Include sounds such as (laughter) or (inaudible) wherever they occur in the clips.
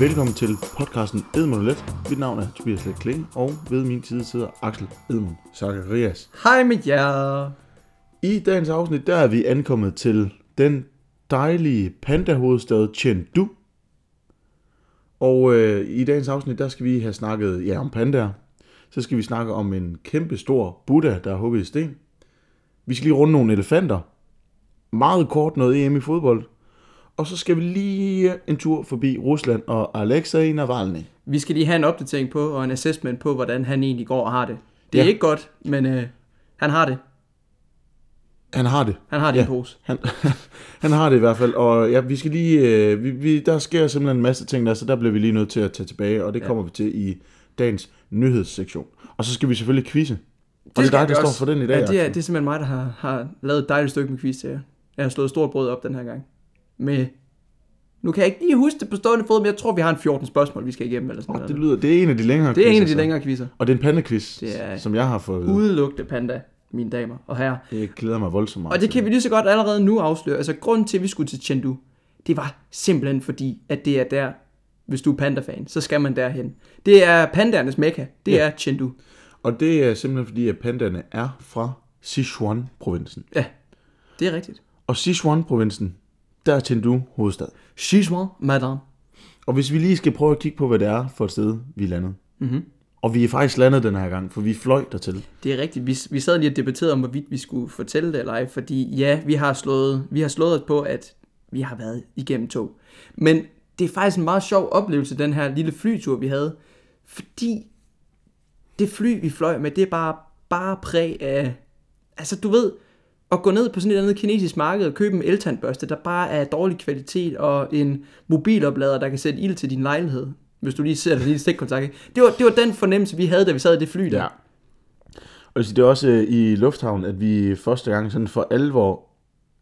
Velkommen til podcasten Edmund Let. Mit navn er Tobias Let Kling, og ved min side sidder Axel Edmund Zacharias. Hej med jer. I dagens afsnit, der er vi ankommet til den dejlige pandahovedstad Chengdu. Og øh, i dagens afsnit, der skal vi have snakket ja, om pandaer. Så skal vi snakke om en kæmpe stor Buddha, der er hugget i sten. Vi skal lige runde nogle elefanter. Meget kort noget EM i fodbold. Og så skal vi lige en tur forbi Rusland og Alexei Navalny. Vi skal lige have en opdatering på og en assessment på, hvordan han egentlig går og har det. Det er Ja. ja. ikke godt, men øh, han har det. Han har det. Han har det Ja. ja. i en pose. Han, (laughs) han har det i hvert fald, og ja, vi skal lige, øh, vi, vi, der sker simpelthen en masse ting der, så der bliver vi lige nødt til at tage tilbage, og det ja. kommer vi til i dagens nyhedssektion. Og så skal vi selvfølgelig quizze. Og det er skal dig, vi der står også. for den i dag. Ja, det, er, Axel. det er simpelthen mig, der har, har lavet et dejligt stykke med quiz til jer. Jeg har slået stort brød op den her gang. Med, nu kan jeg ikke lige huske det på stående fod, men jeg tror, vi har en 14 spørgsmål, vi skal igennem. Eller sådan Åh, noget. det, lyder, det er en af de længere det er en af quizzer, de så. længere quizzer. Og det er en pandekvist, Det er- som jeg har fået at vide. Udelugte panda, mine damer og herrer. Det glæder mig voldsomt meget. Og det til. kan vi lige så godt allerede nu afsløre. Altså, grunden til, at vi skulle til Chengdu, det var simpelthen fordi, at det er der, hvis du er pandafan, så skal man derhen. Det er pandernes mekka. Det Ja. er Chengdu. Og det er simpelthen fordi, at pandaerne er fra sichuan provinsen Ja, det er rigtigt. Og sichuan provinsen der er Chengdu hovedstad. Shizwan, madame. Og hvis vi lige skal prøve at kigge på, hvad det er for et sted, vi er landet. Mhm. Og vi er faktisk landet den her gang, for vi fløj dertil. Det er rigtigt. Vi, vi sad lige og debatterede om, hvorvidt vi skulle fortælle det eller ej, fordi ja, vi har slået, vi har slået os på, at vi har været igennem tog. Men det er faktisk en meget sjov oplevelse, den her lille flytur, vi havde, fordi det fly, vi fløj med, det er bare, bare præg af, altså du ved, at gå ned på sådan et eller andet kinesisk marked og købe en eltandbørste, der bare er af dårlig kvalitet, og en mobiloplader, der kan sætte ild til din lejlighed, hvis du lige ser det lige stikkontakt. ikke? Det var, det var den fornemmelse, vi havde, da vi sad i det fly der. Ja. Og det er også øh, i Lufthavn, at vi første gang sådan for alvor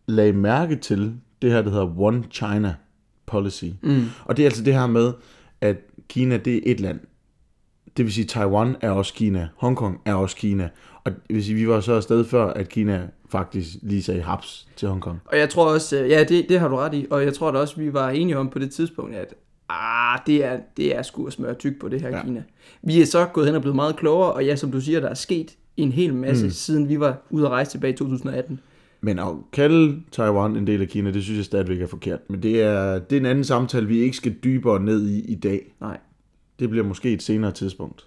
lagde mærke til det her, der hedder One China Policy. Mm. Og det er altså det her med, at Kina det er et land. Det vil sige, Taiwan er også Kina, Hongkong er også Kina. Og det vil sige, vi var så afsted før, at Kina faktisk lige sagde haps til Hongkong. Og jeg tror også, øh, ja, det, det har du ret i, og jeg tror da også, vi var enige om på det tidspunkt, at ah, det er, det er sgu at smøre tyk på det her Ja. ja. Kina. Vi er så gået hen og blevet meget klogere, og ja, som du siger, der er sket en hel masse, mm. siden vi var ude at rejse tilbage i 2018. Men at kalde Taiwan en del af Kina, det synes jeg stadigvæk er forkert. Men det er, det er en anden samtale, vi ikke skal dybere ned i i dag. Nej, Det bliver måske et senere tidspunkt.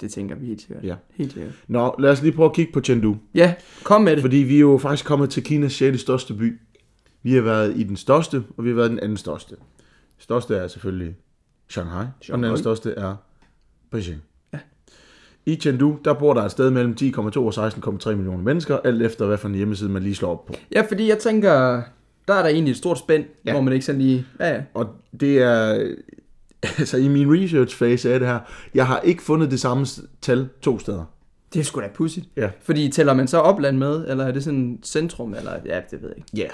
det tænker vi helt sikkert. Ja. Helt sikkert. Nå, lad os lige prøve at kigge på Chengdu. Ja, kom med det. Fordi vi er jo faktisk kommet til Kinas 6. største by. Vi har været i den største, og vi har været i den anden største. Største er selvfølgelig Shanghai, Shanghai. og den Shanghai. anden største er Beijing. Ja. I Chengdu, der bor der et sted mellem 10,2 og 16,3 millioner mennesker, alt efter hvad for en hjemmeside man lige slår op på. Ja, fordi jeg tænker, der er der egentlig et stort spænd, Ja. ja. hvor man ikke sådan lige... Ja, ja. Og det er... (laughs) Altså i min research-fase af det her, jeg har ikke fundet det samme s- tal to steder. Det er sgu da pudsigt. Ja. Fordi tæller man så opland med, eller er det sådan centrum, eller... Ja, det ved jeg ikke. Ja. Yeah.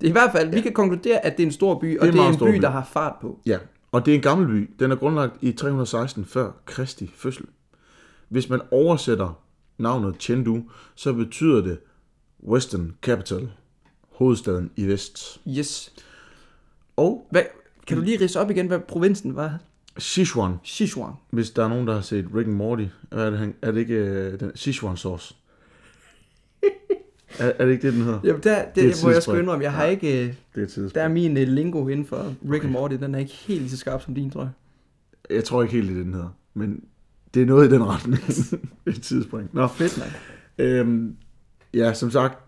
Det er I hvert fald, ja. vi kan konkludere, at det er en stor by, og en det er, meget en stor by, by. der har fart på. Ja, og det er en gammel by. Den er grundlagt i 316 før Kristi fødsel. Hvis man oversætter navnet Chengdu, så betyder det Western Capital, hovedstaden i vest. Yes. Og Hvad, kan du lige rise op igen, hvad provinsen var? Sichuan, Sichuan. hvis der er nogen, der har set Rick and Morty, hvad er det, han, er det ikke øh, den, Sichuan sauce? er, er, det ikke det, den hedder? Jamen, der, det, er et det må jeg sgu tidsspring. indrømme, jeg har ikke... øh, Det er et tidspunkt. Der er min øh, lingo inden for Rick and Morty, den er ikke helt lige så skarp som din, tror jeg. Jeg tror ikke helt, det er det, den hedder, men det er noget i den retning. (laughs) det er et tidspunkt. Nå, Fedt nok. Øhm, ja, som sagt,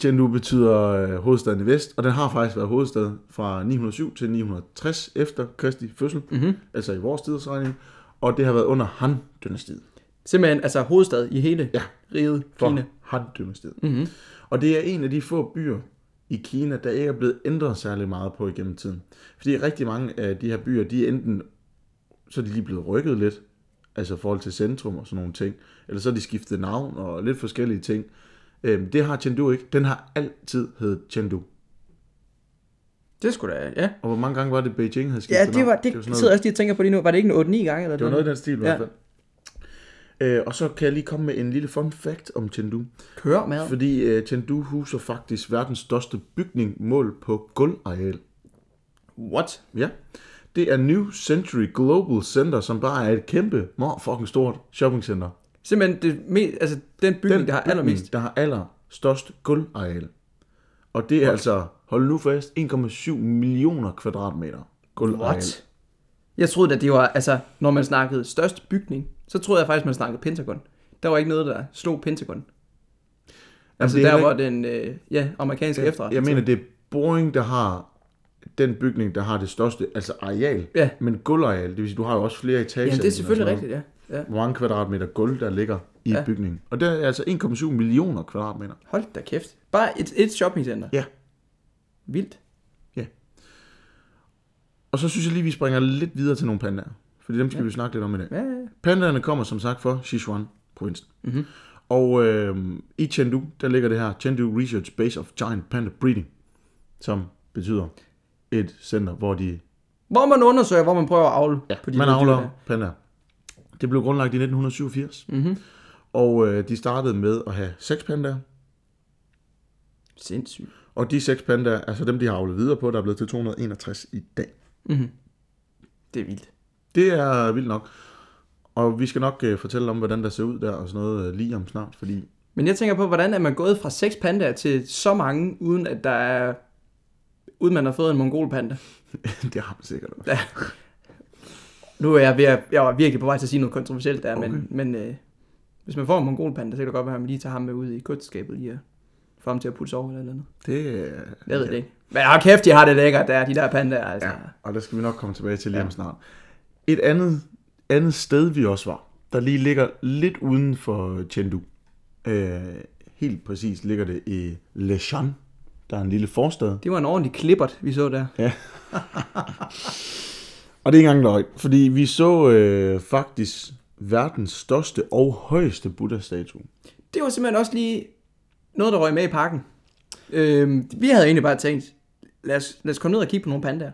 Chengdu betyder øh, hovedstaden i vest, og den har faktisk været hovedstad fra 907 til 960 efter Kristi fødsel, mm-hmm. altså i vores tidsregning, og det har været under Han-dynastiet. Simpelthen, altså hovedstad i hele Ja. riget For Kina. Han-dynastiet. Mhm. Og det er en af de få byer i Kina, der ikke er blevet ændret særlig meget på igennem tiden. Fordi rigtig mange af de her byer, de er enten, så er de lige blevet rykket lidt, altså i forhold til centrum og sådan nogle ting, eller så er de skiftet navn og lidt forskellige ting. Øhm, det har Chengdu ikke. Den har altid heddet Chengdu. Det skulle da, ja. Og hvor mange gange var det, Beijing havde skiftet Ja, det var, navn? det, sådan det sidder jeg noget, også lige og tænker på lige nu. Var det ikke en 8-9 gange? Eller det var noget i den stil i hvert Ja. fald. Øh, og så kan jeg lige komme med en lille fun fact om Chengdu. Kør med. Fordi uh, Chengdu huser faktisk verdens største bygning mål på gulvareal. What? Ja. Det er New Century Global Center, som bare er et kæmpe, meget fucking stort shoppingcenter. Simpelthen det, me- altså, den bygning, den der har bygning, allermest. der har allerstørst gulvareal. Og det er altså, hold nu fast, 1,7 millioner kvadratmeter gulvareal. Altså, What? Jeg troede, at det var, altså, når man snakkede størst bygning, så troede jeg faktisk, man snakkede Pentagon. Der var ikke noget, der slog Pentagon. Altså, det er der heller var den øh, ja, amerikanske ja, Jeg efterretning. mener, det er Boeing, der har den bygning, der har det største, altså areal. Ja. Men gulvareal, det vil sige, du har jo også flere etager. altså, i Ja, det den er og selvfølgelig sådan noget. rigtigt, ja. ja. Hvor mange kvadratmeter gulv, der ligger i Ja. ja. bygningen. Og det er altså 1,7 millioner kvadratmeter. Hold da kæft. Bare et, et shoppingcenter. Ja. Vildt. Og så synes jeg lige, vi springer lidt videre til nogle pandaer. Fordi dem skal ja. vi snakke lidt om i dag. Ja, ja, ja. Pandaerne kommer som sagt fra sichuan provinsen Mhm. mm-hmm. Og øh, i Chengdu, der ligger det her Chengdu Research Base of Giant Panda Breeding, som betyder et center, hvor de Hvor man undersøger, hvor man prøver at avle ja, på de man her dyr avler der. pandaer. Det blev grundlagt i 1987, Mhm. mm-hmm. og øh, de startede med at have seks pandaer, Sindssygt. og de seks pandaer, altså dem, de har avlet videre på, der er blevet til 261 i dag. Mhm. Det er vildt. Det er vildt nok. Og vi skal nok øh, fortælle om, hvordan der ser ud der og sådan noget øh, lige om snart, fordi (laughs) Men jeg tænker på, hvordan er man gået fra seks pandaer til så mange, uden at der er... Uden man har fået en mongolpanda. det har man sikkert også. Der... Nu er jeg, ved at, jeg var virkelig på vej til at sige noget kontroversielt der, okay. men, Okay. men øh, hvis man får en mongolpanda, så kan det godt være, at man lige tager ham med ud i kunstskabet lige at få ham til at putte sig over eller et eller andet. Det øh, er... Jeg ved det ikke. Men hold kæft, de har det lækkert der, de der pandaer. Altså. Ja, Ja. og der skal vi nok komme tilbage til lige om snart. Et andet, andet sted, vi også var, der lige ligger lidt uden for Chengdu. Øh, helt præcis ligger det i Leshan. Der er en lille forstad. Det var en ordentlig klippert, vi så der. Og det er ikke engang løgn, fordi vi så øh, faktisk verdens største og højeste Buddha-statue. Det var simpelthen også lige noget, der røg med i pakken. Øhm, vi havde egentlig bare tænkt, lad os, lad os komme ned og kigge på nogle pandaer.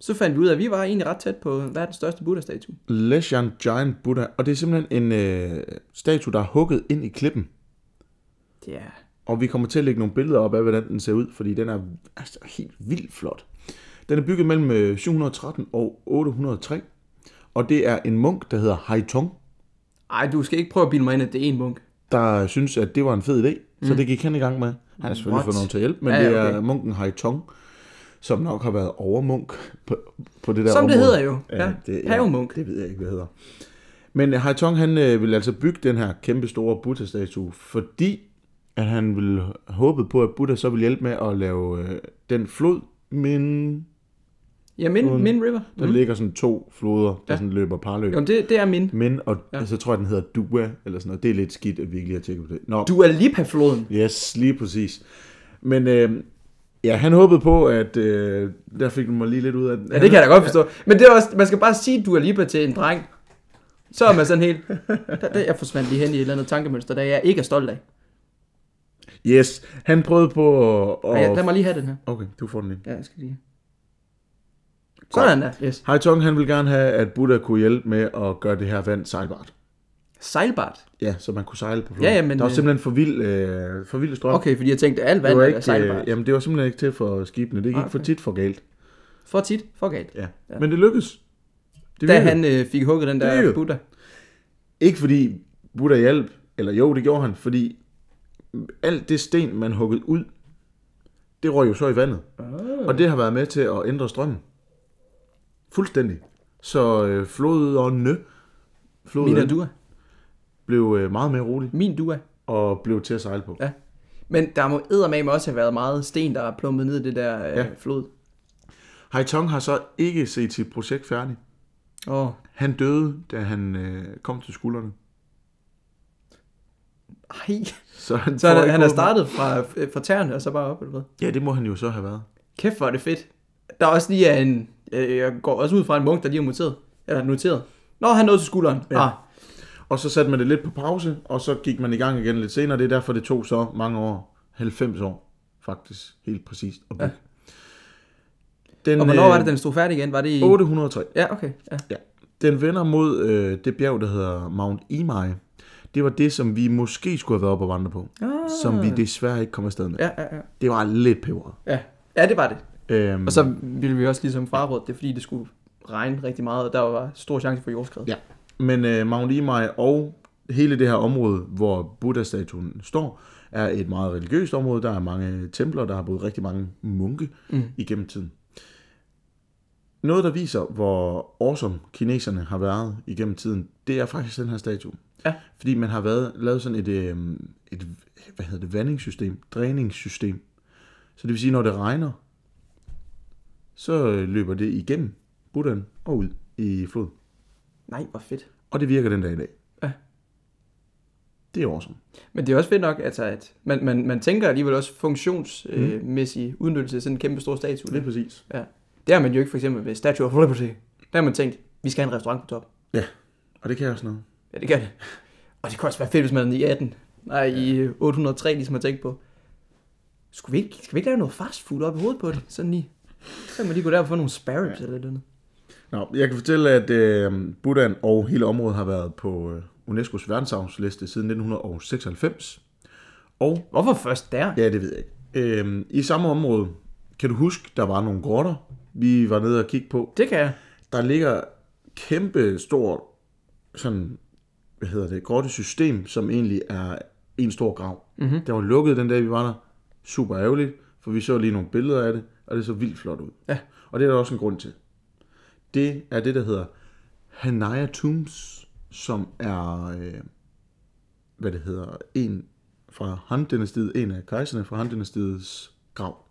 Så fandt vi ud af, at vi var egentlig ret tæt på verdens største Buddha-statue. Leshan Giant Buddha, og det er simpelthen en øh, statue, der er hugget ind i klippen. Ja. Og vi kommer til at lægge nogle billeder op af, hvordan den ser ud, fordi den er altså, helt vildt flot. Den er bygget mellem øh, 713 og 803, og det er en munk, der hedder Haitong, Ej, du skal ikke prøve at bilde mig ind, at det er en munk. der synes, at det var en fed idé, så det gik han i gang med. Han har selvfølgelig Mm. What? fået nogen til hjælp, men Ja, ja, ja, ja, okay. det okay. er munken Haitong, som nok har været overmunk på, på det der Som det område. hedder jo. Ja, havemunk. Det ved jeg ikke, hvad det hedder. Men Haitong, han øh, ville altså bygge den her kæmpe store Buddha-statue, fordi at han ville håbe på, at Buddha så ville hjælpe med at lave øh, den flod, men Ja, Min, min River. der mm. ligger sådan to floder, der ja. sådan løber parløb. Jo, det, det er min. Men, og ja. så tror jeg, den hedder Dua, eller sådan noget. Det er lidt skidt, at vi ikke lige har tjekket på det. Nå, Du er Lipa-floden. Yes, lige præcis. Men øh, ja, han håbede på, at øh, der fik du mig lige lidt ud af den. Ja, det kan jeg da godt forstå. Men det er også, man skal bare sige, du er Lipa til en dreng. Så er man sådan (laughs) helt... Der, der, jeg forsvandt lige hen i et eller andet tankemønster, der jeg ikke er stolt af. Yes, han prøvede på at... Og at- jeg, lad mig lige have den her. Okay, du får den lige. Ja, jeg skal lige... Sådan der, yes. Haitong, han ville gerne have, at Buddha kunne hjælpe med at gøre det her vand sejlbart. Sejlbart. Ja, så man kunne sejle på floden. Ja, ja, men, der var øh, simpelthen for vild, øh, for vild strøm. Okay, fordi jeg tænkte, at alt det vand var, er ikke, sejlbart. Ah, øh, jamen, det var simpelthen ikke til for skibene. Det gik Okay. for tit for galt. For tit, for galt. Ja. ja. Men det lykkedes. Det Da virkede. han øh, fik hugget den Det der virkede. Buddha. Ikke fordi Buddha hjalp, eller jo, det gjorde han, fordi alt det sten, man huggede ud, det røg jo så i vandet. Oh. Og det har været med til at ændre strømmen. Fuldstændig. Så øh, floderne, Min og floden dua. blev øh, meget mere rolig Min dua. og blev til at sejle på. Ja. Men der må eddermame også have været meget sten, der er plummet ned i det der øh, ja. Ja. flod. Haitong har så ikke set sit projekt færdigt. Åh, oh. Han døde, da han øh, kom til skuldrene. ej. Så han, Så får han, ikke han er åbnet- startet fra, øh, fra tæerne og så bare op, eller hvad? Ja, det må han jo så have været. Kæft, hvor er det fedt. Der er også lige er en... Øh, jeg går også ud fra en munk, der lige er noteret. Eller noteret. Nå, han nåede til skulderen. Ja. Ah, Og så satte man det lidt på pause, og så gik man i gang igen lidt senere. Det er derfor, det tog så mange år. 90 år, faktisk. Helt præcist. At bygge. Den, og hvornår øh, var det, den stod færdig igen? Var det i... 803. Ja, okay. Ja. Ja. Den vender mod øh, det bjerg, der hedder Mount Imai. Det var det, som vi måske skulle have været oppe og vandre på. Ah. Som vi desværre ikke kom afsted med. Ja, ja, ja. Det var lidt peberet. Ja, ja det var det. Øhm, Og så ville vi også ligesom fraråde det, fordi det skulle regne rigtig meget, og der var stor chance for jordskred. Ja. Men øh, Mount Imai og hele det her område, hvor Buddha-statuen står, er et meget religiøst område. Der er mange templer, der har boet rigtig mange munke mm. igennem tiden. Noget, der viser, hvor awesome kineserne har været igennem tiden, det er faktisk den her statue. Ja. Fordi man har været, lavet sådan et, øh, et, hvad hedder det, vandingssystem, dræningssystem. Så det vil sige, når det regner, så øh, løber det igennem Buddhaen og ud i floden. Nej, hvor fedt. Og det virker den dag i dag. Ja. Det er awesome. Men det er også fedt nok, altså, at man, man, man tænker alligevel også funktionsmæssig øh, udnyttelse af sådan en kæmpe stor statue. Lige præcis. Ja. Det har man jo ikke for eksempel ved Statue of Liberty. Der har man tænkt, vi skal have en restaurant på top. Ja, og det kan også noget. Ja, det kan det. Og det kan også være fedt, hvis man er i 18. Nej, i 803, ligesom jeg tænkte på. Skulle vi ikke, skal vi ikke lave noget fast food op i hovedet på det? Sådan lige. Så kan man lige gå der og få nogle spare ribs ja. eller noget. andet. Nå, jeg kan fortælle, at øh, Buddhaen og hele området har været på øh, UNESCO's verdensarvsliste siden 1996. Og Hvorfor først der? Ja. Ja, det ved jeg ikke. Øhm, I samme område, kan du huske, der var nogle grotter, vi var nede og kigge på. Det kan jeg. Der ligger kæmpe stort sådan, hvad hedder det, grottesystem, som egentlig er en stor grav. Mhm. Mm-hmm. Der var lukket den dag, vi var der. Super ærgerligt, for vi så lige nogle billeder af det, og det så vildt flot ud. Ja. Og det er der også en grund til. Det er det, der hedder Hanaya Tombs, som er, øh, hvad det hedder, en fra Han-dynastiet, en af kejserne fra Han-dynastiets grav.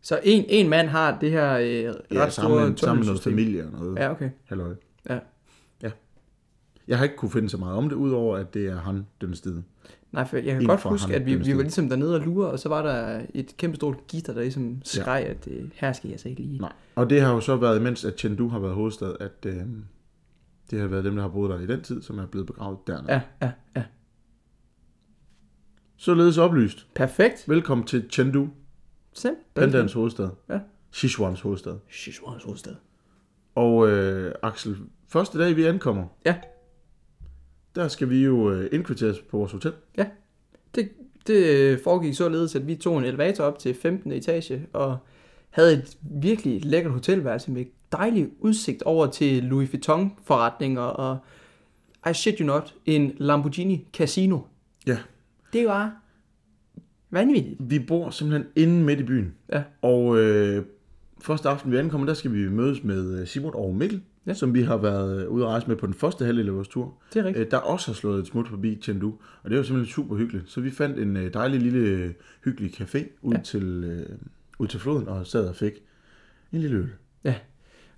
Så en, en mand har det her øh, ret Ja, sammen, store sammen med noget tunnelsystem. familie og noget. Ja, okay. Halløj. Ja. Jeg har ikke kunne finde så meget om det, udover at det er han dynastiet. Nej, for jeg kan Inden godt for huske, ham, at vi, vi dynastiet. var ligesom dernede og lure, og så var der et kæmpe stort gitter, der ligesom skreg, ja. at øh, her skal jeg altså ikke lige. Nej. Og det har jo så været, imens at Chengdu har været hovedstad, at øh, det har været dem, der har boet der i den tid, som er blevet begravet dernede. Ja. Ja, ja, ja. Således oplyst. Perfekt. Velkommen til Chengdu, Simpelthen. Pandans hovedstad. Ja. Sichuans hovedstad. Sichuans hovedstad. Og øh, Axel, første dag vi ankommer, Ja, der skal vi jo øh, indkvarteres på vores hotel. ja. Det, det foregik således, at vi tog en elevator op til 15. etage, og havde et virkelig lækkert hotelværelse med dejlig udsigt over til Louis Vuitton-forretninger, og I shit you not, en Lamborghini Casino. Ja. Det var vanvittigt. Vi bor simpelthen inde midt i byen. Ja. Og øh, første aften, vi ankommer, der skal vi mødes med øh, Simon og Mikkel, Ja. ja. som vi har været øh, ude at rejse med på den første halvdel af vores tur. Det er rigtigt. Øh, der også har slået et smut forbi Chengdu, og det var simpelthen super hyggeligt. Så vi fandt en øh, dejlig lille øh, hyggelig café ud, ja. til, øh, ud til floden, og sad og fik en lille øl. Ja.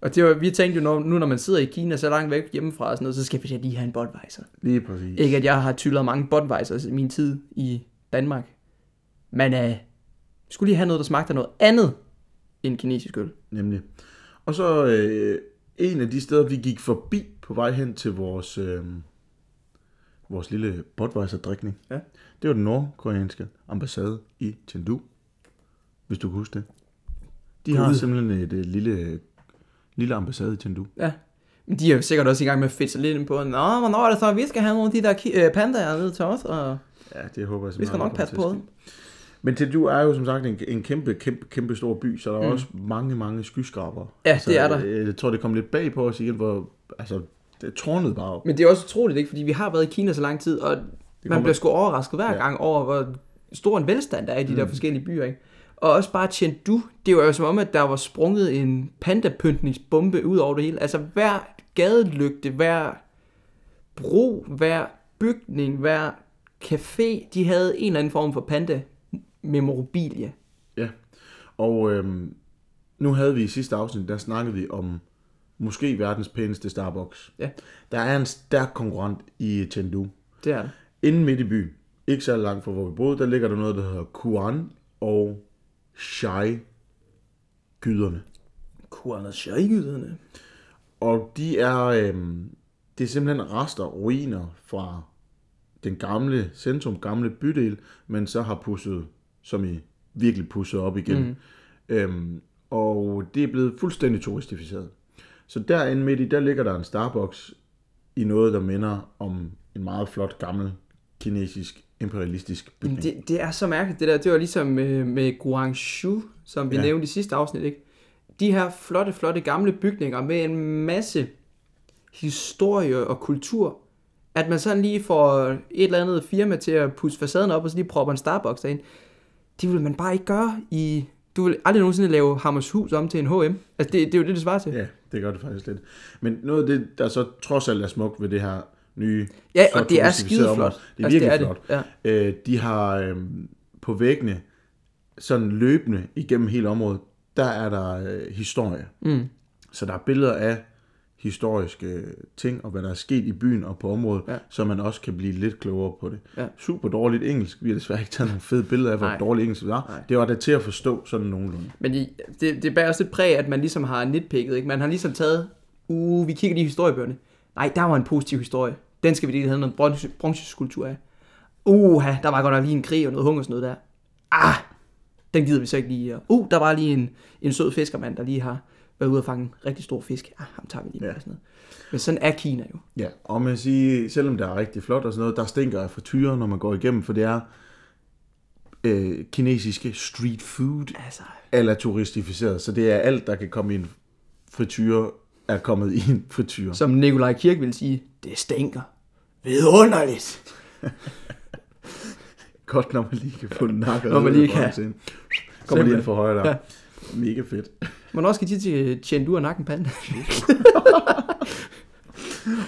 Og det var, vi tænkte jo, når, nu når man sidder i Kina så langt væk hjemmefra og sådan noget, så skal vi da lige have en Budweiser. Lige præcis. Ikke at jeg har tyllet mange Budweisers i min tid i Danmark. Men øh, skulle lige have noget, der smagte af noget andet end kinesisk øl. Nemlig. Og så øh, en af de steder, vi gik forbi på vej hen til vores, øh, vores lille Budweiser-drikning, Ja. det var den nordkoreanske ambassade i Chengdu, hvis du kan huske det. De har simpelthen et, et lille, lille ambassade i Chengdu. Ja. Men de er jo sikkert også i gang med at fedse lidt ind på, Nå, hvornår er det så, vi skal have nogle af de der ki- øh, pandaer ned til os, og Ja, det håber jeg vi skal aldrig nok kommer passe til at på det. ske. Men Chengdu er jo som sagt en, en kæmpe, kæmpe, kæmpe stor by, så der er mm. også mange, mange skyskrabere. Ja, det er der. øh, Jeg tror, det kom lidt bag på os igen, hvor altså, det tårnede bare op. Men det er også utroligt, ikke? Fordi vi har været i Kina så lang tid, og man kommer- bliver sgu overrasket hver ja. Ja. gang over, hvor stor en velstand der er i de mm. der forskellige byer, ikke? Og også bare Chengdu, det var jo som om, at der var sprunget en pandapyntningsbombe ud over det hele. Altså hver gadelygte, hver bro, hver bygning, hver café, de havde en eller anden form for panda-memorabilia. Ja, og øhm, nu havde vi i sidste afsnit, der snakkede vi om måske verdens pæneste Starbucks. Ja, Der er en stærk konkurrent i Chengdu. det er det. Inden midt i byen, ikke så langt fra hvor vi boede, der ligger der noget, der hedder Kuan og Shai gyderne. Kuana Shai-jyderne. Og de er, øhm, det er simpelthen rester, ruiner fra den gamle centrum, gamle bydel, men så har pusset, som i virkelig pusset op igen. Mm. Øhm, og det er blevet fuldstændig turistificeret. Så derinde midt i, der ligger der en Starbucks i noget, der minder om en meget flot gammel kinesisk imperialistisk bygning. Det, det er så mærkeligt, det der. Det var ligesom med, med øh, Guangzhou, som vi ja. Ja. nævnte i sidste afsnit, ikke? de her flotte, flotte gamle bygninger med en masse historie og kultur, at man sådan lige får et eller andet firma til at pusse facaden op, og så lige propper en Starbucks derind. Det vil man bare ikke gøre i... Du vil aldrig nogensinde lave Hammershus om til en H&M. Altså, det, det er jo det, det svarer til. Ja, det gør det faktisk lidt. Men noget af det, der så trods alt er smukt ved det her nye... Ja, så og det er turistificerede område, skideflot. Det er Altså, virkelig det er flot. det. Øh, de har øh, på væggene, sådan løbende igennem hele området, der er der øh, historie. Mm. Så der er billeder af historiske ting, og hvad der er sket i byen og på området, Ja. ja. så man også kan blive lidt klogere på det. Ja. Super dårligt engelsk. Vi har desværre ikke taget nogle fede billeder af, hvor Nej. dårligt engelsk det var. Nej. Det var da til at forstå sådan nogenlunde. Men i- det, det bærer også lidt præg, af, at man ligesom har nitpicket, ikke? Man har ligesom taget, uh, vi kigger lige i historiebøgerne. Nej, der var en positiv historie. Den skal vi lige have noget bronze, bronzeskulptur af. Uh, der var godt nok lige en krig og noget hunger og sådan noget der. Ah, den gider vi så ikke lige. Og, Uh, der var lige en, en sød fiskermand, der lige har været ude og fange en rigtig stor fisk. Ah, ham tager vi lige med Ja. og sådan noget. Men sådan er Kina jo. Ja, og man kan sige, selvom det er rigtig flot og sådan noget, der stinker af frityrer, når man går igennem, for det er øh, kinesiske street food Altså, eller turistificeret. Så det er alt, der kan komme i en frityre, er kommet i en frityre. som Nikolaj Kirk ville sige, det stinker. Vidunderligt. Godt, når man lige kan få nakket. Når man ud lige af branchen. Kommer lige ind for højre der. Mega fedt. Hvornår skal de til Chengdu og nakken panda?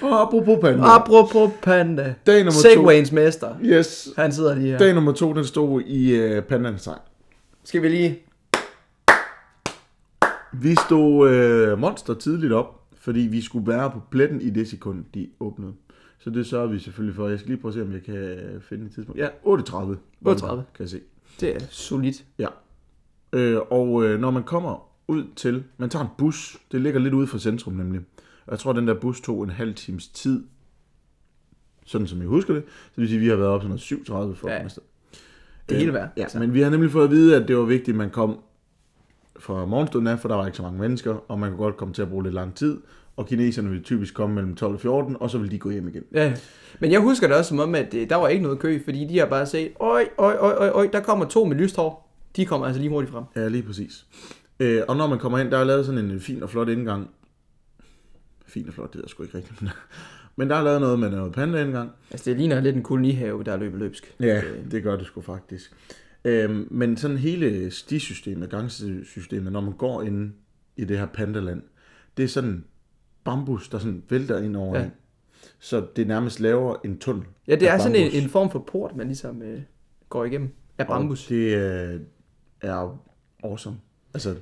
Og apropos panda. Apropos panda. Dag nummer Segwayens mester. to. Yes. Han sidder lige her. Dag nummer to, den stod i øh, pandans sejr. Skal vi lige... Vi stod øh, monster tidligt op, fordi vi skulle være på pletten i det sekund, de åbnede. Så det sørger vi selvfølgelig for. Jeg skal lige prøve at se, om jeg kan øh, finde et tidspunkt. Ja, 8.30. 8:30. Kan jeg se. Det er solidt. Ja. Øh, og øh, når man kommer ud til, man tager en bus, det ligger lidt ude fra centrum nemlig. Og jeg tror, den der bus tog en halv times tid, sådan som jeg husker det. Så det vil sige, at vi har været op til noget 37 for Ja, at komme afsted. Det hele værd. Øh, altså. Ja, men vi har nemlig fået at vide, at det var vigtigt, at man kom fra morgenstunden af, for der var ikke så mange mennesker, og man kunne godt komme til at bruge lidt lang tid. Og kineserne ville typisk komme mellem 12 og 14, og så ville de gå hjem igen. Ja. Men jeg husker det også som om, at øh, der var ikke noget kø, fordi de har bare set, øj, øj, øj, øj, øj, der kommer to med lyst hår. De kommer altså lige hurtigt frem. Ja, lige præcis. Øh, og når man kommer ind, der er lavet sådan en øh, fin og flot indgang. Fin og flot, det ved jeg sgu ikke rigtigt. Men, men der er lavet noget med noget pandaindgang. Altså, det ligner lidt en kolonihave, der er løbet løbsk. Ja, Øh, det gør det sgu faktisk. Øh, men sådan hele stisystemet, gangsystemet, når man går ind i det her pandaland, det er sådan bambus, der sådan vælter ind over Ja. ja. Så det nærmest laver en tunnel. Ja, det af er sådan en, bambus. en form for port, man ligesom øh, går igennem af bambus. Og det øh, er awesome. Altså,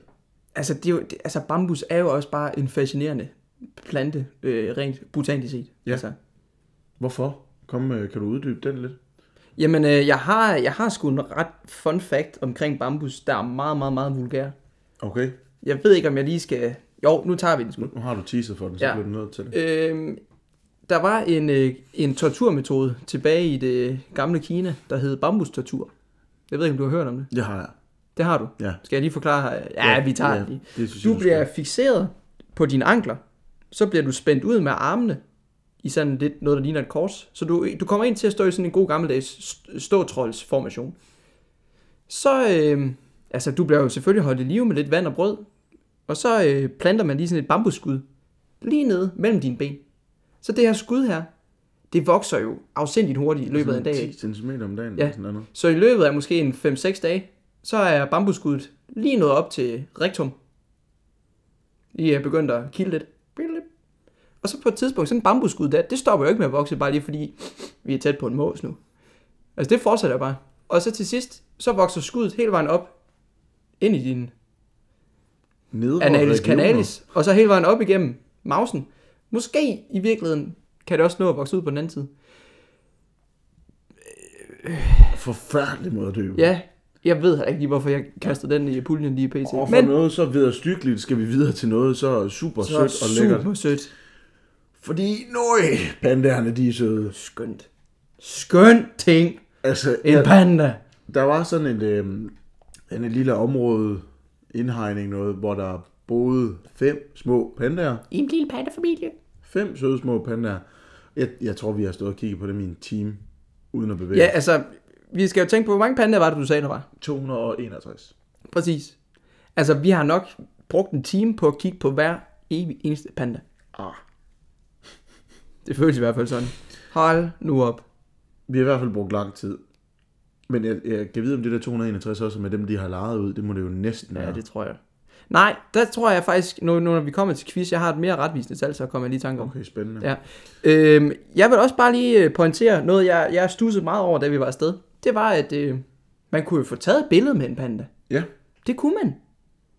Altså, det er jo, det, altså, bambus er jo også bare en fascinerende plante, øh, rent botanisk set. Ja. Altså, hvorfor? Kom, øh, kan du uddybe den lidt? Jamen, øh, jeg, har, jeg har sgu en ret fun fact omkring bambus, der er meget, meget, meget vulgær. Okay, Jeg ved ikke, om jeg lige skal... Jo, nu tager vi den sgu. Nu har du teaset for den, så Ja. ja. bliver du nødt til det. Øhm, der var en, øh, en torturmetode tilbage i det øh, gamle Kina, der hed bambustortur. Jeg ved ikke, om du har hørt om det. Det har jeg. Det har du. Ja. Skal jeg lige forklare? Ja, ja vi tager ja. ja, den lige. Det synes jeg, Du bliver fixeret på dine ankler, så bliver du spændt ud med armene i sådan lidt noget, der ligner et kors. Så du, du kommer ind til at stå i sådan en god gammeldags st- ståtroldsformation. Så, øh, altså du bliver jo selvfølgelig holdt i live med lidt vand og brød, og så øh, planter man lige sådan et bambusskud lige nede mellem dine ben. Så det her skud her, det vokser jo afsindigt hurtigt i løbet af en dag. ikke? 10 cm om dagen. Ja. Ja. Eller sådan noget. Så i løbet af måske en 5-6 dage, så er bambuskuddet lige nået op til rektum. I er begyndt at kilde lidt. Bilip. Og så på et tidspunkt, sådan en bambuskud der, det stopper jo ikke med at vokse, bare lige fordi vi er tæt på en mås nu. Altså det fortsætter bare. Og så til sidst, så vokser skuddet hele vejen op ind i din Nedre analis regioner. canalis, og så hele vejen op igennem mausen. Måske i virkeligheden kan det også nå at vokse ud på den anden side. Forfærdelig måde at dø. Ja, jeg ved heller ikke lige, hvorfor jeg kastede den i puljen lige pt. Og fra Men... noget så vederstykkeligt skal vi videre til noget så super så sødt og lækkert. Super sødt. Fordi, nøj, pandaerne de er søde. Skønt. Skønt ting. Altså, En ja, panda. der var sådan et, øh, sådan et lille område, indhegning noget, hvor der boede fem små pandaer. En lille pandafamilie. Fem søde små pandaer. Jeg, jeg tror, vi har stået og kigget på dem i en time, uden at bevæge Ja, os. altså, vi skal jo tænke på, hvor mange pandaer var det, du sagde, der var? 261. Præcis. Altså, vi har nok brugt en time på at kigge på hver evig eneste panda. Ah. Det føles i hvert fald sådan. Hold nu op. Vi har i hvert fald brugt lang tid. Men jeg, jeg kan vide, om det der 261 også er med dem, de har lejet ud. Det må det jo næsten Ja, være. det tror jeg. Nej, der tror jeg faktisk, nu, nu når vi kommer til quiz, jeg har et mere retvisende tal, så kommer jeg lige i tanke om. Okay, spændende. Ja. Øhm, jeg vil også bare lige øh, pointere noget, jeg, jeg stussede meget over, da vi var afsted. Det var, at øh, man kunne jo få taget et billede med en panda. ja. Det kunne man.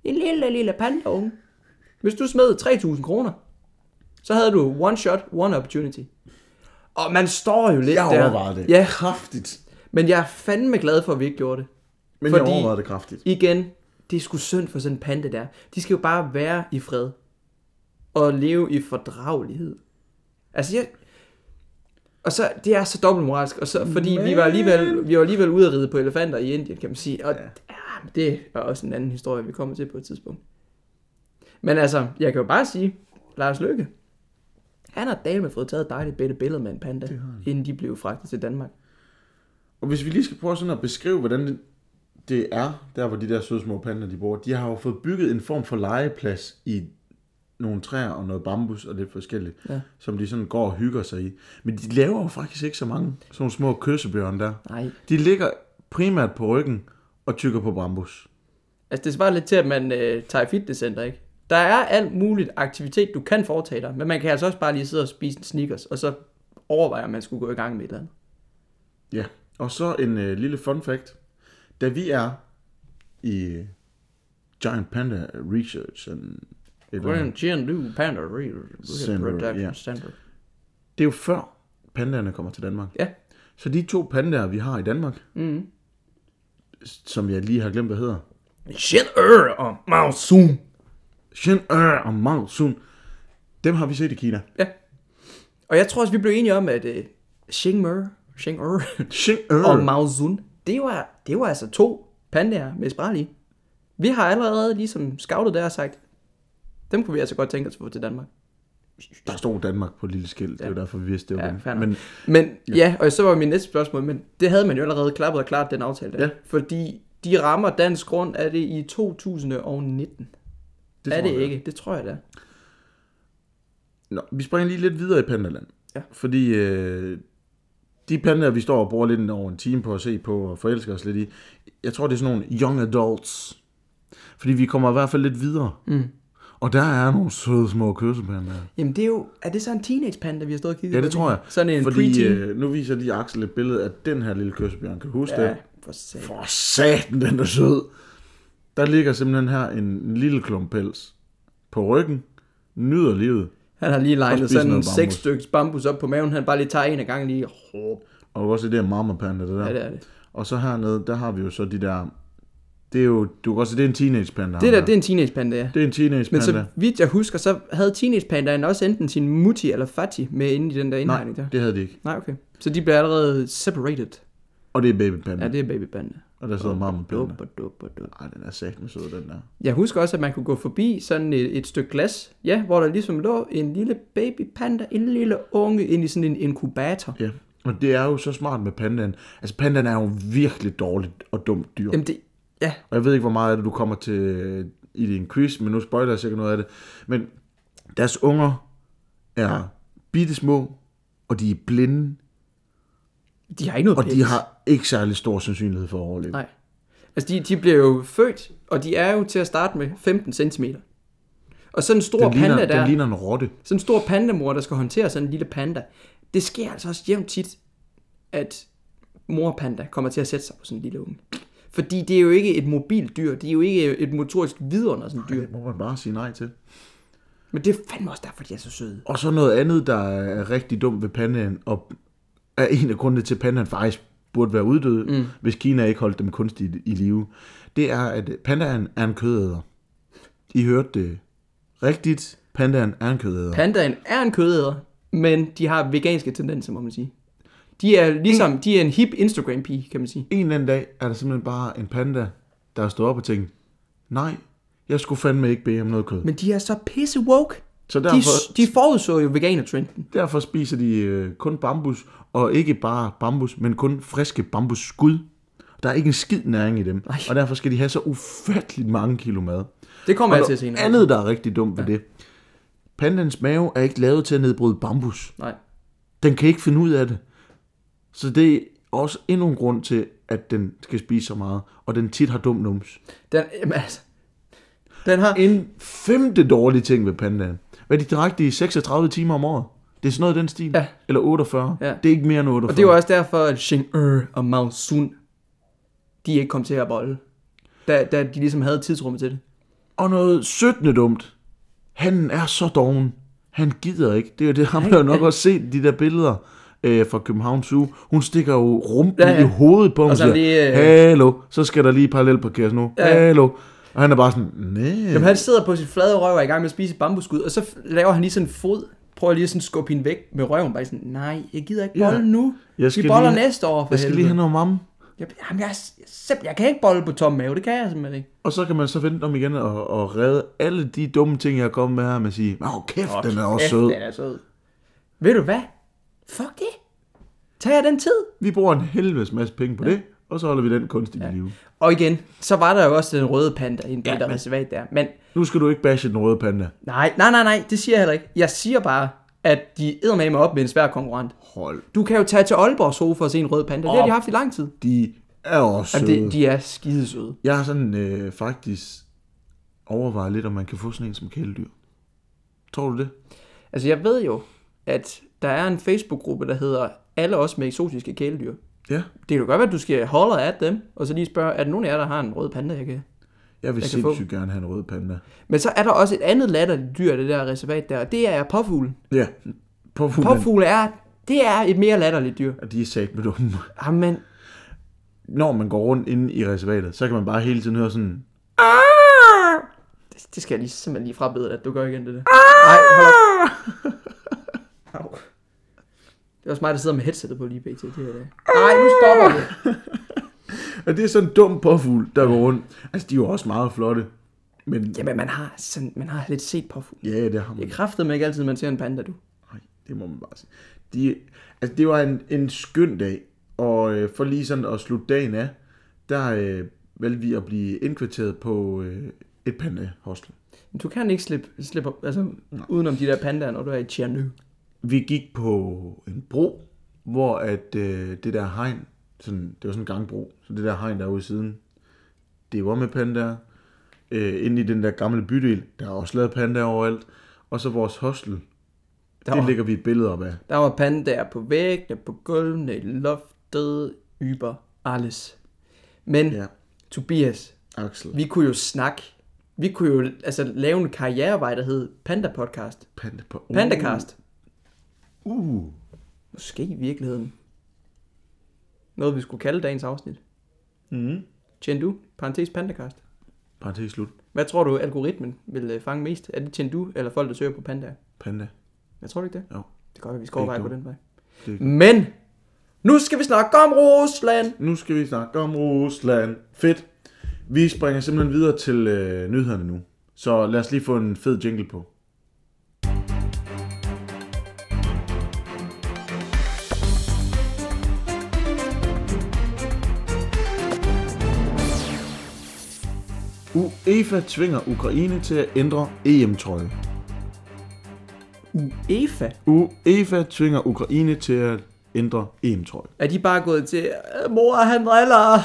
En lille, lille panda unge. Hvis du smed 3.000 kroner, så havde du one shot, one opportunity. Og man står jo lidt Jeg der. overvejede det Ja, kraftigt. men jeg er fandme glad for, at vi ikke gjorde det. Men Fordi... jeg Fordi- overvejede det kraftigt. Igen, det er sgu synd for sådan en panda der. De skal jo bare være i fred. Og leve i fordragelighed. Altså, jeg... Og så, det er så dobbeltmoralsk, og så, fordi vi var, alligevel, vi var alligevel ude at ride på elefanter i Indien, kan man sige. Og ja. Ja, det er også en anden historie, vi kommer til på et tidspunkt. Men altså, jeg kan jo bare sige, Lars Løkke, han har dame fået taget et dejligt bedre billede med en panda, inden de blev fragtet til Danmark. Og hvis vi lige skal prøve sådan at beskrive, hvordan det, det er, der hvor de der søde små pandaer, de bor. De har jo fået bygget en form for legeplads i nogle træer og noget bambus og lidt forskelligt, Ja. som de sådan går og hygger sig i. Men de laver jo faktisk ikke så mange sådan nogle små kyssebjørn der. Nej. De ligger primært på ryggen og tykker på bambus. Altså, det svarer lidt til, at man øh, tager i fitnesscenter, ikke? Der er alt muligt aktivitet, du kan foretage dig, men man kan altså også bare lige sidde og spise en Snickers, og så overveje, om man skulle gå i gang med et eller andet. Ja, og så en øh, lille fun fact. Da vi er i øh, Giant Panda Research, and et eller andet, Grand New Panda Center, Production ja. Center. det er jo før pandaerne kommer til Danmark. Ja. Så de to pandaer, vi har i Danmark, Mm. som jeg lige har glemt, hvad hedder, Shit, øh, og Monsoon. Shen Er og Mao Sun, dem har vi set i Kina. Og jeg tror også, vi blev enige om, at øh, Xingmer, Xingmer Shen (laughs) og Er. Maozun, det var, det var altså to pandaer med spræl i. Vi har allerede ligesom scoutet der og sagt, dem kunne vi altså godt tænke os at få til Danmark. Der stod Danmark på et lille skilt, det er jo derfor, vi vidste, det var Ja, fair dem. nok. Men Men ja. ja, og så var min næste spørgsmål, men det havde man jo allerede klappet og klart, den aftale der. Ja. Fordi de rammer dansk grund, er det i 2019? Det tror er det jeg, ikke? Det tror jeg da. Nå, vi springer lige lidt videre i Pandaland. Ja. Fordi øh, de pandaer, vi står og bruger lidt over en time på at se på og forelsker os lidt i, jeg tror, det er sådan nogle young adults. Fordi vi kommer i hvert fald lidt videre. Mm. Og der er nogle søde små kyssepandaer. Jamen det er jo, er det så en teenagepanda, vi har stået og kigget Ja, på det tror jeg. Sådan en Fordi preteen. øh, nu viser lige Axel et billede af den her lille kyssebjørn. Kan du huske Ja, det? for satan. For satan, den er sød. Der ligger simpelthen her en, en lille klump pels på ryggen. Nyder livet. Han har lige legnet spise sådan en noget seks bambus. stykkes bambus op på maven, han bare lige tager en af gangen lige. Og du kan også se, det er marmorpanda, det der. Ja, det er det. Og så hernede, der har vi jo så de der... Det er jo... Du kan godt se, det er en teenagepanda. Det ham der, det er en teenagepanda, ja. det er en Men teenagepanda. så vidt jeg husker, så havde teenagepandaen også enten sin mutti eller fatti med inde i den der Nej, indregning der. det havde de ikke. Nej, okay. Så de bliver allerede separated. Og det er babypanda. Ja, Ja, det... det er babypanda. Og der sidder marmorpanda. Dup, dup, dup. Ej, den er satan sød, den der. Jeg husker også, at man kunne gå forbi sådan et, et stykke glas, ja, hvor der ligesom lå en lille babypanda, en lille unge, ind i sådan en inkubator. Ja. Og det er jo så smart med pandaen. Altså, pandaen er jo virkelig dårligt og dumt dyr. Jamen det, ja, Og jeg ved ikke, hvor meget af det, du kommer til øh, i din quiz, men nu spoiler jeg sikkert noget af det. Men deres unger er ja. bitte små, og de er blinde, de har ikke noget og pels. de har ikke særlig stor sandsynlighed for at overleve. Nej. Altså, de, de bliver jo født, og de er jo til at starte med 15 cm. Og sådan en stor Den ligner, panda der, den ligner en rotte. sådan en stor pandamor, der skal håndtere sådan en lille panda, det sker altså også jævnt tit, at morpanda kommer til at sætte sig på sådan en lille unge. Fordi det er jo ikke et mobilt dyr, det er jo ikke et motorisk vidunder sådan et dyr. Det må man bare sige nej til. Men det er fandme også derfor, de er så søde. Og så noget andet, der er rigtig dumt ved pandaen, og er en af grundene til, at pandaen faktisk burde være uddød, mm. hvis Kina ikke holdt dem kunstigt i live, det er, at pandaen er en kødæder. I hørte det rigtigt. Pandaen er en kødæder. Pandaen er en kødæder, men de har veganske tendenser, må man sige. De er ligesom, de er en hip Instagram-pige, kan man sige. en eller anden dag er der simpelthen bare en panda, der har stået op og tænkt, nej, jeg skulle fandme ikke bede om noget kød. Men de er så pisse woke. Så De, derfor, de forudså jo veganer-trenden. derfor spiser de øh, kun bambus, og ikke bare bambus, men kun friske bambusskud. Der er ikke en skid næring i dem, Ej. og derfor skal de have så ufatteligt mange kilo mad. Det kommer jeg til at se. noget andet, der er rigtig dumt ved det. Pandans mave er ikke lavet til at nedbryde bambus. Nej. Den kan ikke finde ud af det. Så det er også endnu en grund til, at den skal spise så meget, og den tit har dum nums. Den, jamen, altså, den har... En femte dårlig ting ved pandaen. Hvad er de direkte i 36 timer om året? Det er sådan noget i den stil. Ja. Eller 48. Ja. Det er ikke mere end 48. Og det er jo også derfor, at Xing Er og Mao Sun, de ikke kom til at bolle. Da, da de ligesom havde tidsrummet til det. Og noget 17. dumt. Han er så doven. Han gider ikke. Det er jo det, ham der jo nok også set de der billeder øh, fra København Zoo. Hun stikker jo rumpen ja, Ja, ja. ja. i hovedet på ham og Og så siger, lige, øh, hallo, så skal der lige parallelt parkeres nu. Ja. Ja. Hallo. Og han er bare sådan, nej. Jamen, han sidder på sit flade røv og er i gang med at spise et bambusskud, og så f- laver han lige sådan en fod, prøver lige sådan at skubbe hende væk med røven, bare sådan, nej, jeg gider ikke Ja. bolle nu. Jeg skal vi boller lige- næste år, for Jeg skal lige have helvede. noget mamme. Jeg, jamen, jeg, er s- jeg, simp- jeg kan ikke bolle på tom mave, det kan jeg simpelthen ikke. Og så kan man så vente om igen og, og redde alle de dumme ting, jeg er kommet med her, med at sige, åh kæft, den er også Kæft, sød. Den er sød. Ved du hvad? Fuck det. Tag jer den tid. Vi bruger en helvedes masse penge på ja. det, og så holder vi den kunst i ja. live. Og igen, så var der jo også den røde panda i en ja, men- reservat der. Men Nu skal du ikke bashe den røde panda. nej, nej, nej, nej, det siger jeg heller ikke. Jeg siger bare, at de eddermame er op med en svær konkurrent. Hold, Du kan jo tage til Aalborg Sofa og se en rød panda. Det har de haft i lang tid. de er også Jamen, søde. det, de er skide søde. Jeg har sådan øh, faktisk overvejet lidt, om man kan få sådan en som kæledyr. Tror du det? Altså, jeg ved jo, at der er en Facebook-gruppe, der hedder Alle os med eksotiske kæledyr. Ja. Det kan jo godt være, at du skal holde af dem, og så lige spørge, er der nogen af jer, der har en rød panda, jeg kan? Jeg vil jeg Jeg kan få- sindssygt gerne have en rød panda. Men så er der også et andet latterligt dyr, i det der reservat der, og det er påfuglen. Ja. På fuglen. Påfugle er, det er et mere latterligt dyr. Og de er sat med dumme. Jamen, Når man går rundt inde i reservatet, så kan man bare hele tiden høre sådan... det, det skal jeg lige, simpelthen lige frabede, at du gør igen det der. Nej, hold op. Au. Det er også mig, der sidder med headsetet på lige pt. Det her dag. Nej, nu stopper det. Og det er sådan en dum påfugl, der går rundt. Altså, de er jo også meget flotte. Men Jamen, man har, sådan, man har lidt set påfugle. ja, det har man. Det er kraftedeme ikke altid, man ser en panda, du. Nej, det må man bare sige. De, altså, det var en, en skøn dag, og øh, for lige sådan at slutte dagen af, der øh, valgte vi at blive indkvarteret på øh, et pandehostel. Men Du kan ikke slippe, slippe altså, udenom de der pandaer, når du er i Tjernu. Vi gik på en bro, hvor at øh, det der hegn, sådan, det var sådan en gangbro, så det der hegn der er ude i siden, det var med pandaer. Øh, inde i den der gamle bydel, der er også lavet pandaer overalt. Og så vores hostel, Der det var, lægger vi et billede op af. der var pandaer på væggene, på gulvene, i loftet, yber, alles. Men Ja, Tobias, Axel, vi kunne jo snakke. Vi kunne jo altså, lave en karrierevej, der hed Panda Podcast. panda på. Pandacast. Uh, uh. Måske i virkeligheden. Noget, vi skulle kalde dagens afsnit. Mm. Chendu, parentes Pandacast. Parenthes slut. Hvad tror du, algoritmen vil øh, fange mest? Er det Chendu eller folk, der søger på pandaer? Panda. Jeg tror ikke det. Jo. Det kan godt være, vi skal overveje ikke på dumt. den vej. Det er ikke Men nu skal vi snakke om Rusland. Nu skal vi snakke om Rusland. Fedt. Vi springer simpelthen videre til øh, nyhederne nu. Så lad os lige få en fed jingle på. UEFA E tvinger Ukraine til at ændre E EM-trøje. EFA. UEFA E tvinger Ukraine til at ændre E EM-trøje. Er de bare gået til, "Øh, mor han driller?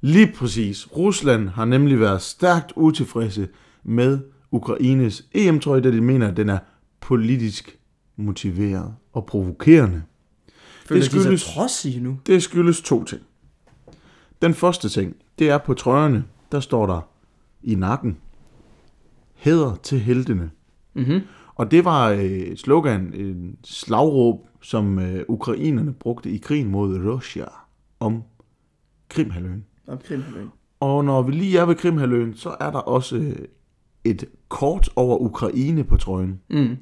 Lige præcis. Rusland har nemlig været stærkt utilfredse med Ukraines EM-trøje, da de mener, at den er politisk motiveret og provokerende. Føler det de skyldes- sig trodsige nu? Det skyldes to ting. Den første ting, det er på trøjerne, der står der i nakken, Hæder til heltene. Mhm. Og det var øh, et slogan, en slagråb, som øh, ukrainerne brugte i krigen mod Russia om Krimhalvøen. Nå, Krimhalvøen. Og når vi lige er ved Krimhaløen, så er der også øh, et kort over Ukraine på trøjen. Mm.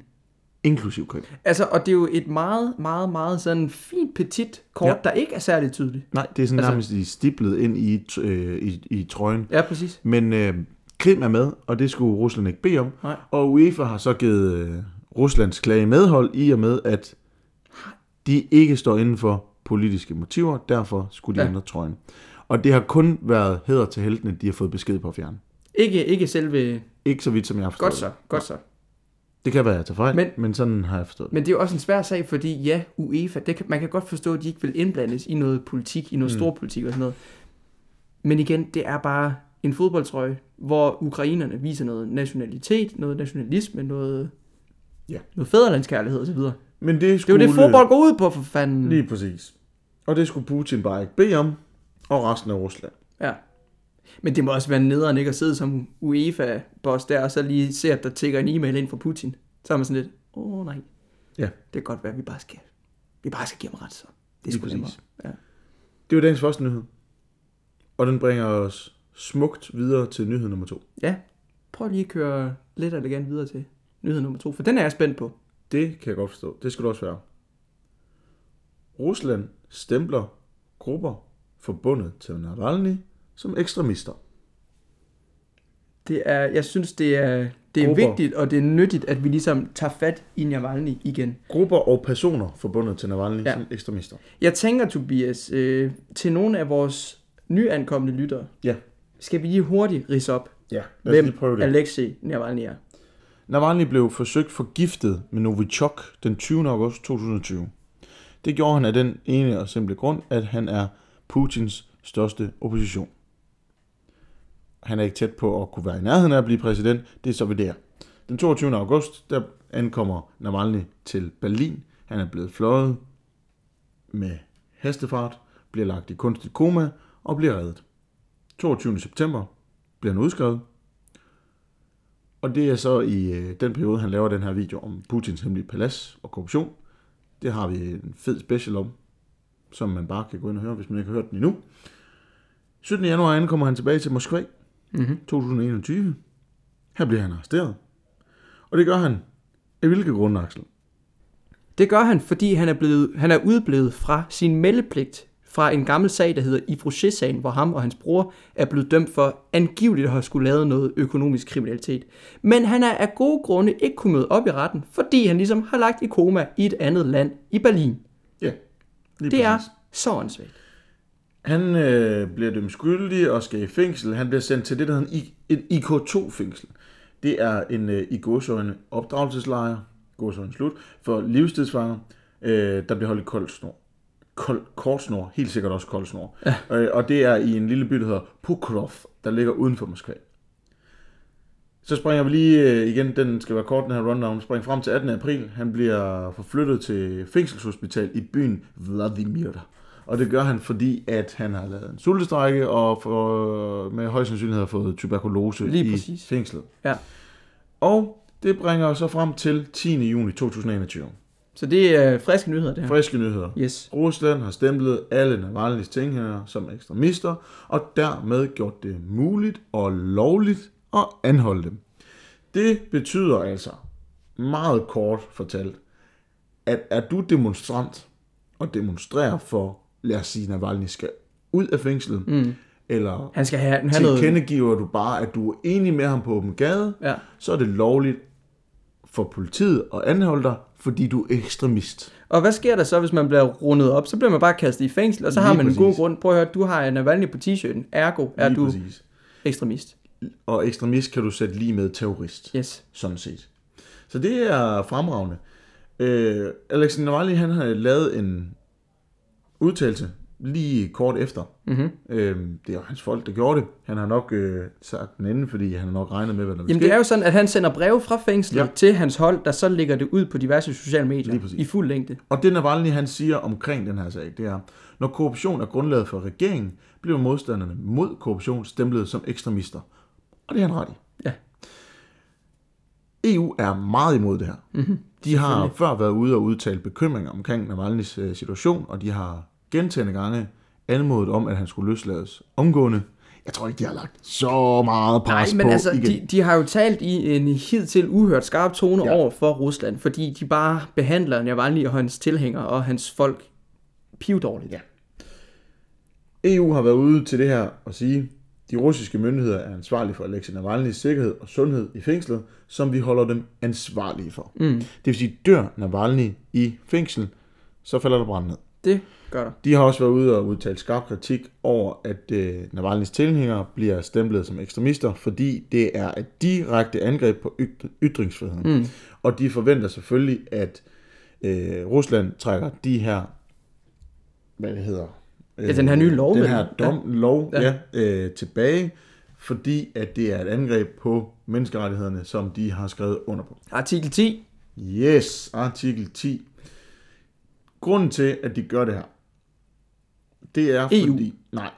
Inklusiv Krim. Altså, og det er jo et meget, meget, meget sådan fint petit kort, Ja. ja. der ikke er særlig tydeligt. Nej, det er sådan altså... Altså- nærmest i stiblet ind i, t- øh, i, i trøjen. Ja, præcis. Men øh, Krim er med, og det skulle Rusland ikke bede om. Nej. Og UEFA har så givet øh, Ruslands klage medhold i og med, at de ikke står inden for politiske motiver. Derfor skulle de ja. Ja. ændre trøjen. Og det har kun været hæder til heltene, de har fået besked på at fjerne. Ikke, ikke selve Ikke så vidt, som jeg har forstået Godt så, godt så. det. Det kan være, jeg tager fejl, men, Men- men sådan har jeg forstået det. Men det er jo også en svær sag, fordi ja, UEFA, det kan, man kan godt forstå, at de ikke vil indblandes i noget politik, i noget mm. storpolitik og sådan noget. Men igen, det er bare en fodboldtrøje, hvor ukrainerne viser noget nationalitet, noget nationalisme, noget, Ja. noget fædrelandskærlighed osv. Det Men det, er jo skulle, det, fodbold går ud på, for fanden. Lige præcis. Og det skulle Putin bare ikke bede om, og resten af Rusland. Ja. Men det må også være nederen ikke at sidde som UEFA-boss der, og så lige se, at der tigger en e-mail ind fra Putin. Så er man sådan lidt, åh oh, nej. Ja. Det kan godt være, at vi bare skal, vi bare skal give ham ret, så. Det er Lige sgu præcis. nemmere. Ja. Det var dagens første nyhed. Og den bringer os smukt videre til nyhed nummer to. ja, prøv lige at køre lidt elegant videre til nyhed nummer to, for den er jeg spændt på. Det kan jeg godt forstå. Det skal du også være. Rusland stempler grupper forbundet til Navalny som ekstremister. Det er, jeg synes, det er, det er Grupper. vigtigt, og det er nyttigt, at vi ligesom tager fat i Navalny igen. Grupper og personer forbundet til Navalny Ja. ja. som ekstremister. Jeg tænker, Tobias, øh, til nogle af vores nyankomne lyttere, Ja. skal vi lige hurtigt rise op, Ja, lad os hvem lige prøve det. Alexei Navalny er. Navalny blev forsøgt forgiftet med Novichok den 20. august 2020. Det gjorde han af den ene og simple grund, at han er Putins største opposition. Han er ikke tæt på at kunne være i nærheden af at blive præsident, det er så ved det. Den 22. august, der ankommer Navalny til Berlin. Han er blevet fløjet med hestefart, bliver lagt i kunstigt koma og bliver reddet. 22. september bliver han udskrevet, og det er så i øh, den periode, han laver den her video om Putins hemmelige palads og korruption. Det har vi en fed special om, som man bare kan gå ind og høre, hvis man ikke har hørt den endnu. 17. januar ankommer han tilbage til Moskva Mhm. 2021. Her bliver han arresteret. Og det gør han af hvilke grunde, Axel? Det gør han, fordi han er, blevet, han er udblevet fra sin meldepligt fra en gammel sag, der hedder Ivroche-sagen, hvor ham og hans bror er blevet dømt for angiveligt at have skulle lavet noget økonomisk kriminalitet. Men han er af gode grunde ikke kunne møde op i retten, fordi han ligesom har lagt i koma i et andet land i Berlin. Ja, lige Det er præcis. så åndssvagt. Han øh, bliver dømt skyldig og skal i fængsel. Han bliver sendt til det, der hedder en I- en IK2-fængsel. Det er en øh, i godsøjne opdragelseslejr, godsøjne slut, for livstidsfanger, øh, der bliver holdt i kold snor. Kold, kort snor, helt sikkert også kold snor. Ja. Øh, og det er i en lille by, der hedder Pokrov, der ligger uden for Moskva. Så springer vi lige øh, igen, den skal være kort, den her rundown, springer frem til 18. april. Han bliver forflyttet til fængselshospital i byen Vladimir. Og det gør han, fordi at han har lavet en sultestrække og for, med høj sandsynlighed har fået tuberkulose Lige i præcis. fængslet. Ja. Og det bringer os så frem til 10. juni 2021. Så det er øh, friske nyheder, det her. Friske nyheder. Yes. Rusland har stemplet alle Navalny's tilhængere som ekstremister, og dermed gjort det muligt og lovligt at anholde dem. Det betyder altså, meget kort fortalt, at er du demonstrant og demonstrerer for, lad os sige, Navalny skal ud af fængslet, mm. eller Han skal have, han have noget... tilkendegiver du bare, at du er enig med ham på åben gade, Ja. så er det lovligt for politiet at anholde dig, fordi du er ekstremist. Og hvad sker der så, hvis man bliver rundet op? Så bliver man bare kastet i fængsel, og så har Lige man en god præcis. grund. Prøv at høre, du har en Navalny på t-shirten. Ergo er Lige du præcis. ekstremist. Og ekstremist kan du sætte lige med terrorist, Yes. sådan set. Så det er fremragende. Øh, Alexander Navalny, han har lavet en udtalelse lige kort efter. Mhm. Mm-hmm. Øh, det er hans folk, der gjorde det. Han har nok øh, sagt den inden, fordi han har nok regnet med, hvad der ville Jamen ske. det er jo sådan, at han sender breve fra fængslet ja. Ja. til hans hold, der så lægger det ud på diverse sociale Lige medier præcis. i fuld længde. Og det Navalny han siger omkring den her sag, det er, når korruption er grundlaget for regeringen, bliver modstanderne mod korruption stemplet som ekstremister. Og det er han ret i. Ja. EU er meget imod det her. Mhm, Mm-hmm. De har før været ude og udtale bekymring omkring Navalny's øh, situation, og de har gentagende gange anmodet om, at han skulle løslades omgående. Jeg tror ikke, de har lagt så meget Nej, pres men på altså, igen. de, de har jo talt i en hidtil uhørt skarp tone ja. Ja. over for Rusland, fordi de bare behandler Navalny og hans tilhængere og hans folk pivdårligt. Ja. EU E har været ude til det her og sige, de russiske myndigheder er ansvarlige for Alexei Navalny's sikkerhed og sundhed i fængslet, som vi holder dem ansvarlige for. Mm. Det vil sige, dør Navalny i fængsel, så falder der brand ned. Det gør der. De har også været ude og udtale skarp kritik over, at øh, Navalny's tilhængere bliver stemplet som ekstremister, fordi det er et direkte angreb på yt- ytringsfriheden. Mm. Og de forventer selvfølgelig, at øh, Rusland trækker de her, hvad det hedder, øh, den her nye lov, den vel? her dom, ja. lov ja. Ja, øh, tilbage, fordi at det er et angreb på menneskerettighederne, som de har skrevet under på. Artikel 10. Yes, artikel 10. Grunden til, at de gør det her, det er EU. fordi... Nej,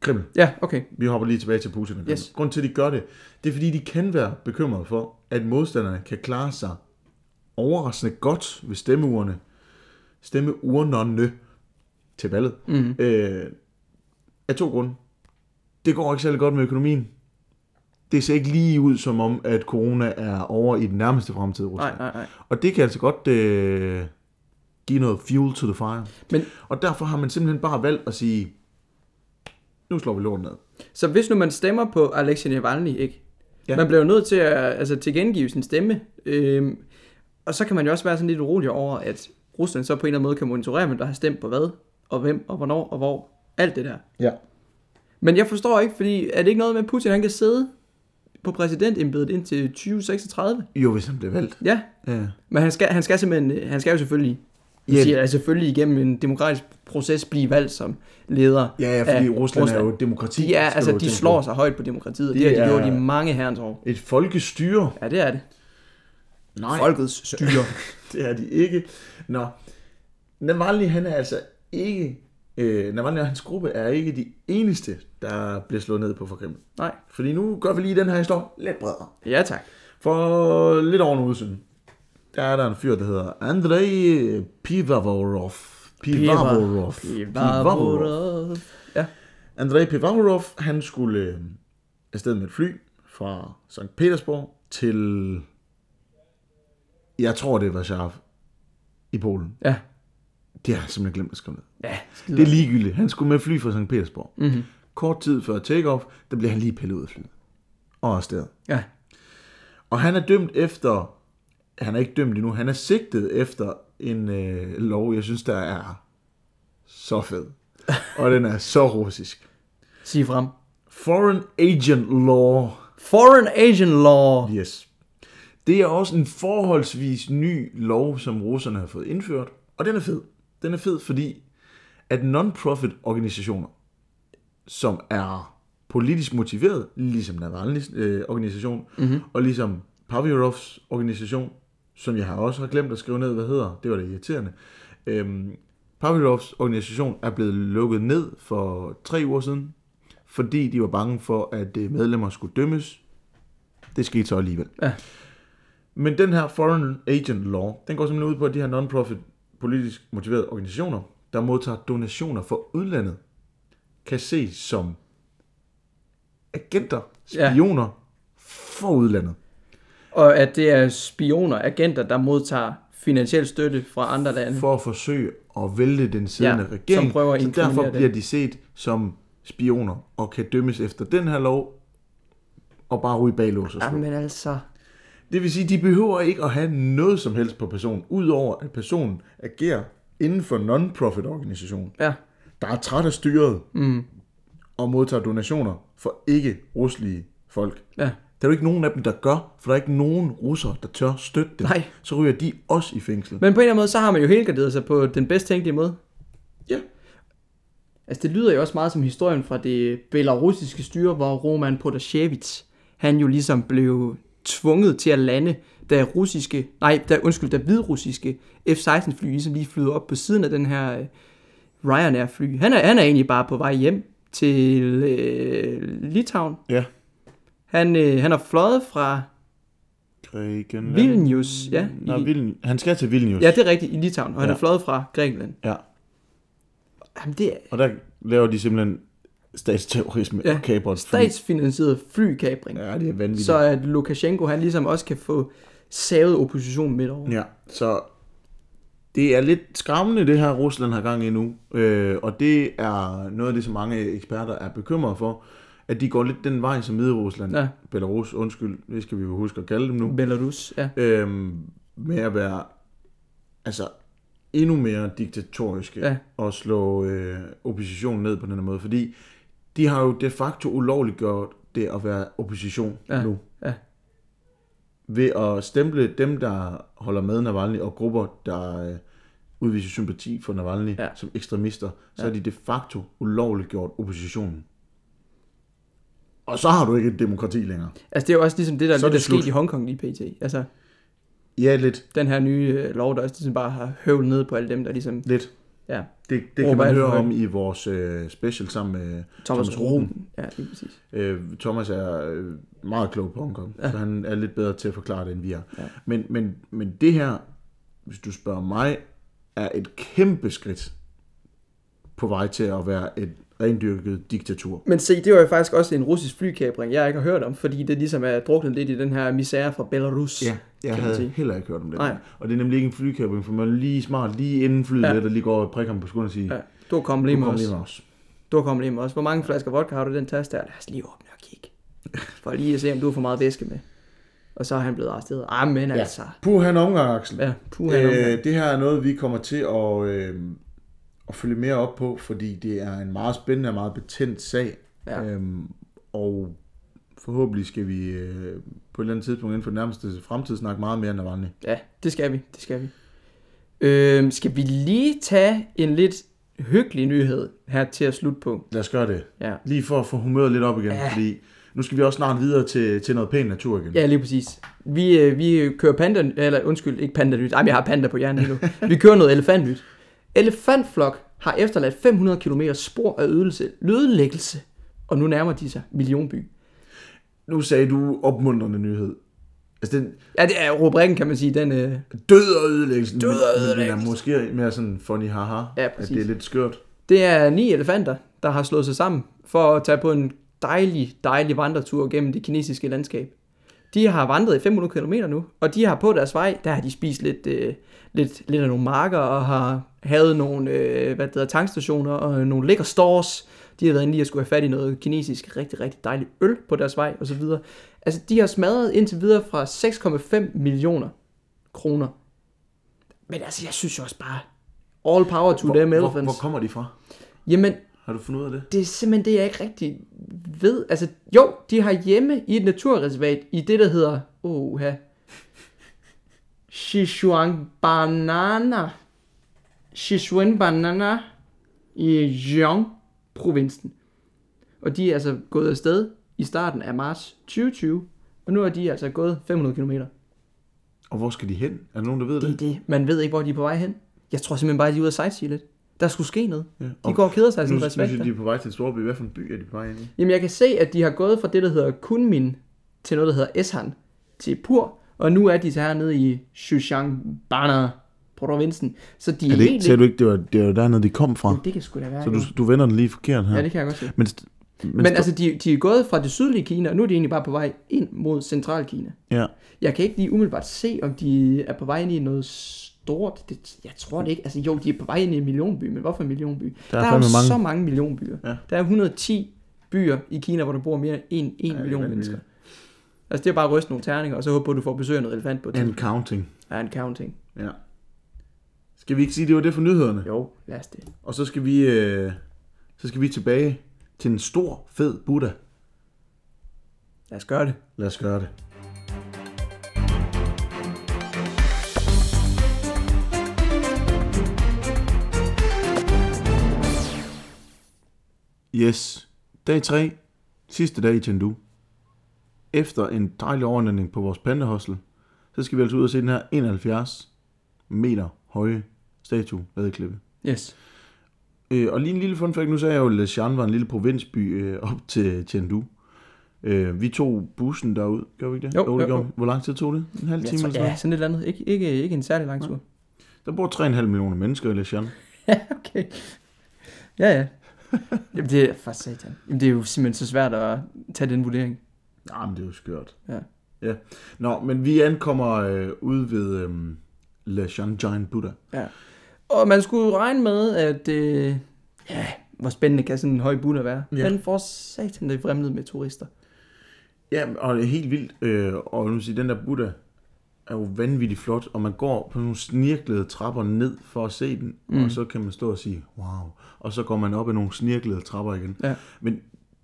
Krim. Ja, okay. Vi hopper lige tilbage til Putin. og Krim. Yes. Grunden til, at de gør det, det er fordi, de kan være bekymrede for, at modstanderne kan klare sig overraskende godt ved stemmeurene. Stemmeurnerne til valget. Mhm. Mm. Øh, af to grunde. Det går ikke særlig godt med økonomien. Det ser ikke lige ud som om, at corona er over i den nærmeste fremtid i Rusland. Nej, nej, nej. Og det kan altså godt øh, give noget fuel to the fire. Men Og derfor har man simpelthen bare valgt at sige, nu slår vi lorten ned. så hvis nu man stemmer på Alexei Navalny, ikke? Ja. Ja. Man bliver jo nødt til at altså, tilgengive sin stemme. Øhm, og så kan man jo også være sådan lidt urolig over, at Rusland så på en eller anden måde kan monitorere, hvem der har stemt på hvad, og hvem, og hvornår, og hvor. Alt det der. Ja. Men jeg forstår ikke, fordi er det ikke noget med, at Putin han kan sidde på præsidentembedet indtil 2036? Jo, hvis han bliver valgt. Ja, Ja. men han skal, han skal simpelthen, øh, han skal jo selvfølgelig, Ja. yeah. siger, jeg, selvfølgelig igennem en demokratisk proces blive valgt som leder Ja, ja fordi af Rusland, Rusland er jo et demokrati. De er, skal altså, du de tænke slår på. sig højt på demokratiet, og De det, har de er- gjort i mange herrens år. Et folkestyre. Ja, det er det. Nej, Folkets styre. (laughs) det er de ikke. Nå, Navalny han er altså ikke... Øh, Navalny og hans gruppe er ikke de eneste, der bliver slået ned på for Kreml. Nej. Fordi nu gør vi lige den her historie lidt bredere. Ja, tak. For lidt over en uge siden, der er der en fyr, der hedder Andrei Pivavorov. Pivavorov. Pivarov. Ja. Andrei Pivavorov, han skulle øh, afsted med et fly fra St. Petersborg til, jeg tror det var Warszawa i Polen. Ja. Det har jeg simpelthen glemt at skrive ned. Ja. Det er ligegyldigt. Han skulle med fly fra St. Petersborg. Mm-hmm. Kort tid før takeoff, der blev han lige pillet ud af flyet. Og afsted. Ja. Og han er dømt efter, han er ikke dømt endnu, han er sigtet efter en øh, lov, jeg synes, der er så fed. Og den er så russisk. Sig frem. Foreign Agent Law. Foreign Asian Law. Yes. Det er også en forholdsvis ny lov, som russerne har fået indført. Og den er fed. Den er fed, fordi at non-profit organisationer, som er politisk motiveret, ligesom Navalny's øh, organisation, mm-hmm. og ligesom Pavirovs organisation, som jeg har også har glemt at skrive ned, hvad hedder, det var det irriterende. Øhm, Pavirovs organisation er blevet lukket ned for tre uger siden, fordi de var bange for, at øh, medlemmer skulle dømmes. Det skete så alligevel. Ja. Men den her Foreign Agent Law, den går simpelthen ud på, at de her non-profit politisk motiverede organisationer, der modtager donationer fra udlandet, kan ses som agenter, Ja. spioner ja. for udlandet. Og at det er spioner, agenter, der modtager finansiel støtte fra andre lande. for at forsøge at vælte den siddende Ja, ja, regering. som prøver at så inkriminere derfor den. bliver de set som spioner og kan dømmes efter den her lov og bare ryge bag lås og slå. Jamen altså. Det vil sige, de behøver ikke at have noget som helst på personen, udover at personen agerer inden for non-profit organisation, Ja. der er træt af styret mm. og modtager donationer for ikke-ruslige folk. Ja. Der er jo ikke nogen af dem, der gør, for der er ikke nogen russer, der tør støtte dem. Nej. Så ryger de også i fængsel. Men på en eller anden måde, så har man jo helgarderet sig på den bedst tænkelige måde. Ja. Altså, det lyder jo også meget som historien fra det belarusiske styre, hvor Roman Protasevich, han jo ligesom blev tvunget til at lande, da russiske, nej, da, undskyld, da hvidrussiske F-16 fly ligesom lige flyder op på siden af den her øh, Ryanair fly. Han er, han er egentlig bare på vej hjem til øh, Litauen. Ja. Han, øh, han har fløjet fra Grækenland. Vilnius, ja, Nej, i, Vilnius. Han skal til Vilnius. ja, det er rigtigt, i Litauen, og han Ja. er fløjet fra Grækenland. ja. Jamen, det er Og der laver de simpelthen statsterrorisme ja. Ja. og kaber et fly. statsfinansieret flykabring. Ja, det er vanvittigt. så Så... at Lukashenko han ligesom også kan få savet oppositionen midt over. Ja, så det er lidt skræmmende, det her Rusland har gang i nu. Øh, og det er noget af det, som mange eksperter er bekymrede for, at de går lidt den vej som Hviderusland, Ja. Belarus, undskyld, det skal vi jo huske at kalde dem nu, Belarus, ja. øhm, med at være altså endnu mere diktatoriske Ja. og slå øh, oppositionen ned på den her måde, fordi de har jo de facto ulovligt gjort det at være opposition ja. nu. Ja. Ved at stemple dem, der holder med Navalny, og grupper, der øh, udviser sympati for Navalny Ja. ja. som ekstremister, så ja. er de de facto ulovligt gjort oppositionen. Og så har du ikke et demokrati længere. Altså, det er jo også ligesom det, der Så er er lidt er det slut. sket i Hongkong lige pt. Altså, Ja, lidt. den her nye øh, lov, der også ligesom bare har høvlet ned på alle dem, der ligesom... lidt. Ja, Det, det Råber kan man alt for høre højt. om i vores øh, special sammen med Thomas, Thomas Ruben. Ruben. Ja, lige præcis. Øh, Thomas er øh, meget klog på Hongkong, ja. så han er lidt bedre til at forklare det, end vi er. Ja. Men, men, men det her, hvis du spørger mig, er et kæmpe skridt på vej til at være et rendyrket diktatur. Men se, det var jo faktisk også en russisk flykabring, jeg ikke har hørt om, fordi det ligesom er druknet lidt i den her misære fra Belarus. jeg man havde sige. heller ikke hørt om det. Nej. Og det er nemlig ikke en flykabring, for man er lige smart, lige inden flyet Ja. ja. lidt, og lige går og prikker ham på skulderen og siger, Ja, ja. du kom du lige med kommer os. lige med os. Du kom lige med os. Hvor mange flasker vodka har du i den taske der? Lad os lige åbne og kigge. For lige at se, om du har for meget væske med. Og så er han blevet arresteret. Ah, men ja. altså. Puh, han omgang, Axel. Ja, puh, han omgang. øh, det her er noget, vi kommer til at, øh, at følge mere op på, fordi det er en meget spændende og meget betændt sag. Ja. Øhm, og forhåbentlig skal vi øh, på et eller andet tidspunkt inden for den nærmeste fremtid snakke meget mere end Navalny. Ja, det skal vi. Det skal vi. Øhm, skal vi lige tage en lidt hyggelig nyhed her til at slutte på? Lad os gøre det. Ja. Lige for at få humøret lidt op igen, Ja. ja. fordi nu skal vi også snart videre til, til noget pæn natur igen. Ja, lige præcis. Vi, øh, vi kører panda, eller undskyld, ikke pandalyt. Ej, men jeg har panda på hjernen lige nu. Vi kører noget elefantlyt. Elefantflok har efterladt 500 km spor af ødelse, lydlæggelse, og nu nærmer de sig millionby. Nu sagde du opmuntrende nyhed. Altså den Ja, det er rubrikken, kan man sige. Den, øh, død og ødelæggelsen. Død og men- men den ødelæggelsen. er måske mere sådan funny haha, Ja, at præcis. det er lidt skørt. det er ni elefanter, der har slået sig sammen for at tage på en dejlig, dejlig vandretur gennem det kinesiske landskab. De har vandret i 500 km nu, og de har på deres vej, der har de spist lidt, øh, lidt, lidt af nogle marker, og har havet nogle øh, hvad det hedder, tankstationer og nogle lækker stores. De har været inde lige at skulle have fat i noget kinesisk rigtig, rigtig dejligt øl på deres vej osv. Altså, de har smadret indtil videre fra 6,5 millioner kroner. Men altså, jeg synes jo også bare, all power to them hvor, elephants. hvor, hvor kommer de fra? Jamen, Har du fundet ud af det? det er simpelthen det, jeg ikke rigtig ved. Altså, jo, de har hjemme i et naturreservat i det, der hedder, oha, Sichuan Banana, Sichuan Banana i Jiang provinsen. Og de er altså gået afsted i starten af marts 2020, og nu er de altså gået 500 km. Og hvor skal de hen? Er der nogen, der ved Det er det? det. Man ved ikke, hvor de er på vej hen. Jeg tror simpelthen bare, at de er ude at sightsee lidt. Der skulle ske noget. Ja. De Og går altså og keder sig i nu, sådan nu et reservat. synes der. jeg, de er på vej til en storby. Hvad for en by er de på vej ind i? Jamen, jeg kan se, at de har gået fra det, der hedder Kunmin, til noget, der hedder Eshan, til Pur, og nu er de så hernede i Shushan Bana provinsen. Så de er, Er det ikke, helt sagde du ikke, det var, det var dernede, de kom fra? Jo, Det kan sgu da være. Så jo. du, du vender den lige forkert her. Ja, det kan jeg godt se. Men, st- men, Men men altså, altså, de, de er gået fra det sydlige Kina, og nu er de egentlig bare på vej ind mod centralkina. ja. Jeg kan ikke lige umiddelbart se, om de er på vej ind i noget stort. Det, jeg tror det ikke. Altså jo, de er på vej ind i en millionby, men hvorfor en millionby? Der er, jo fandme mange. så mange millionbyer. Ja. Der er 110 byer i Kina, hvor der bor mere end 1 ja, million vanvittigt. mennesker. Altså det er bare at ryste nogle terninger, og så håbe på, at du får besøg af noget elefant på et And tidspunkt. counting. Ja, en counting. Ja. Skal vi ikke sige, det var det for nyhederne? Jo, lad os det. Og så skal vi, øh, så skal vi tilbage til en stor, fed Buddha. Lad os gøre det. Lad os gøre det. Yes. Dag 3. Sidste dag i Chengdu. Efter en dejlig overnatning på vores pandehostel, så skal vi altså ud og se den her 71 meter høje statue, Vadeklippe. Yes. Øh, og lige en lille fun fact, nu sagde jeg jo, at Leshan var en lille provinsby øh, op til Chengdu. Øh, vi tog bussen derud, gjorde vi ikke det? Jo, det jo, gjorde jo. vi. Hvor lang tid tog det? En halv time eller Jeg tror, sådan ja, sådan et eller andet. Ikke, ikke, ikke en særlig lang tur. noget? Der bor 3,5 millioner mennesker i Leshan. (laughs) Ja, okay. Ja, ja. Jamen, det er for satan. Jamen, det er jo simpelthen så svært at tage den vurdering. Nej, men det er jo skørt. Ja. ja. Nå, men vi ankommer øh, ude ved øh, Leshan Giant Buddha. Ja. Og man skulle regne med, at... Øh, ja, hvor spændende kan sådan en høj bund være. Ja. Ja. Men for satan, det er fremlet med turister. Ja, og det er helt vildt. Øh, og nu sige, den der Buddha, er jo vanvittigt flot, og man går på nogle snirklede trapper ned for at se den, mm. og så kan man stå og sige, wow, og så går man op ad nogle snirklede trapper igen. Ja. Men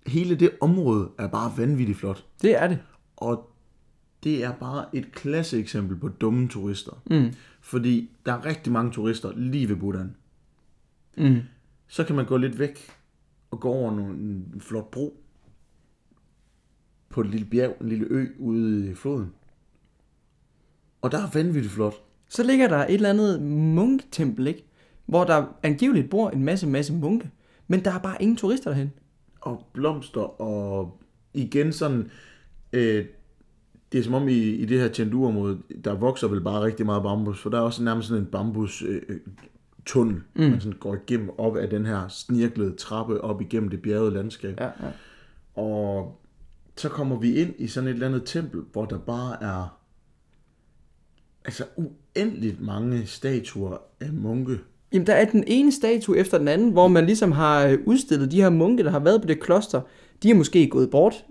hele det område er bare vanvittigt flot, Det er det. og det er bare et klasse eksempel på dumme turister. Mm. Fordi der er rigtig mange turister lige ved Buddhaen. Mm. Så kan man gå lidt væk og gå over nogle, en flot bro på et lille bjerg, en lille ø ude i floden. Og der er vanvittigt flot. Så ligger der et eller andet munketempel, ikke? Hvor der angiveligt bor en masse, masse munke. Men der er bare ingen turister derhen. og blomster, og igen sådan, øh, det er som om i, i det her Chengdu-område, der vokser vel bare rigtig meget bambus, for der er også nærmest sådan en bambus øh, øh, tunnel, mm. man sådan går igennem op ad den her snirklede trappe, op igennem det bjergede landskab. Ja, ja. Og så kommer vi ind i sådan et eller andet tempel, hvor der bare er altså uendeligt mange statuer af munke. Jamen, der er den ene statue efter den anden, hvor man ligesom har øh, udstillet de her munke, der har været på det kloster. De er måske gået bort.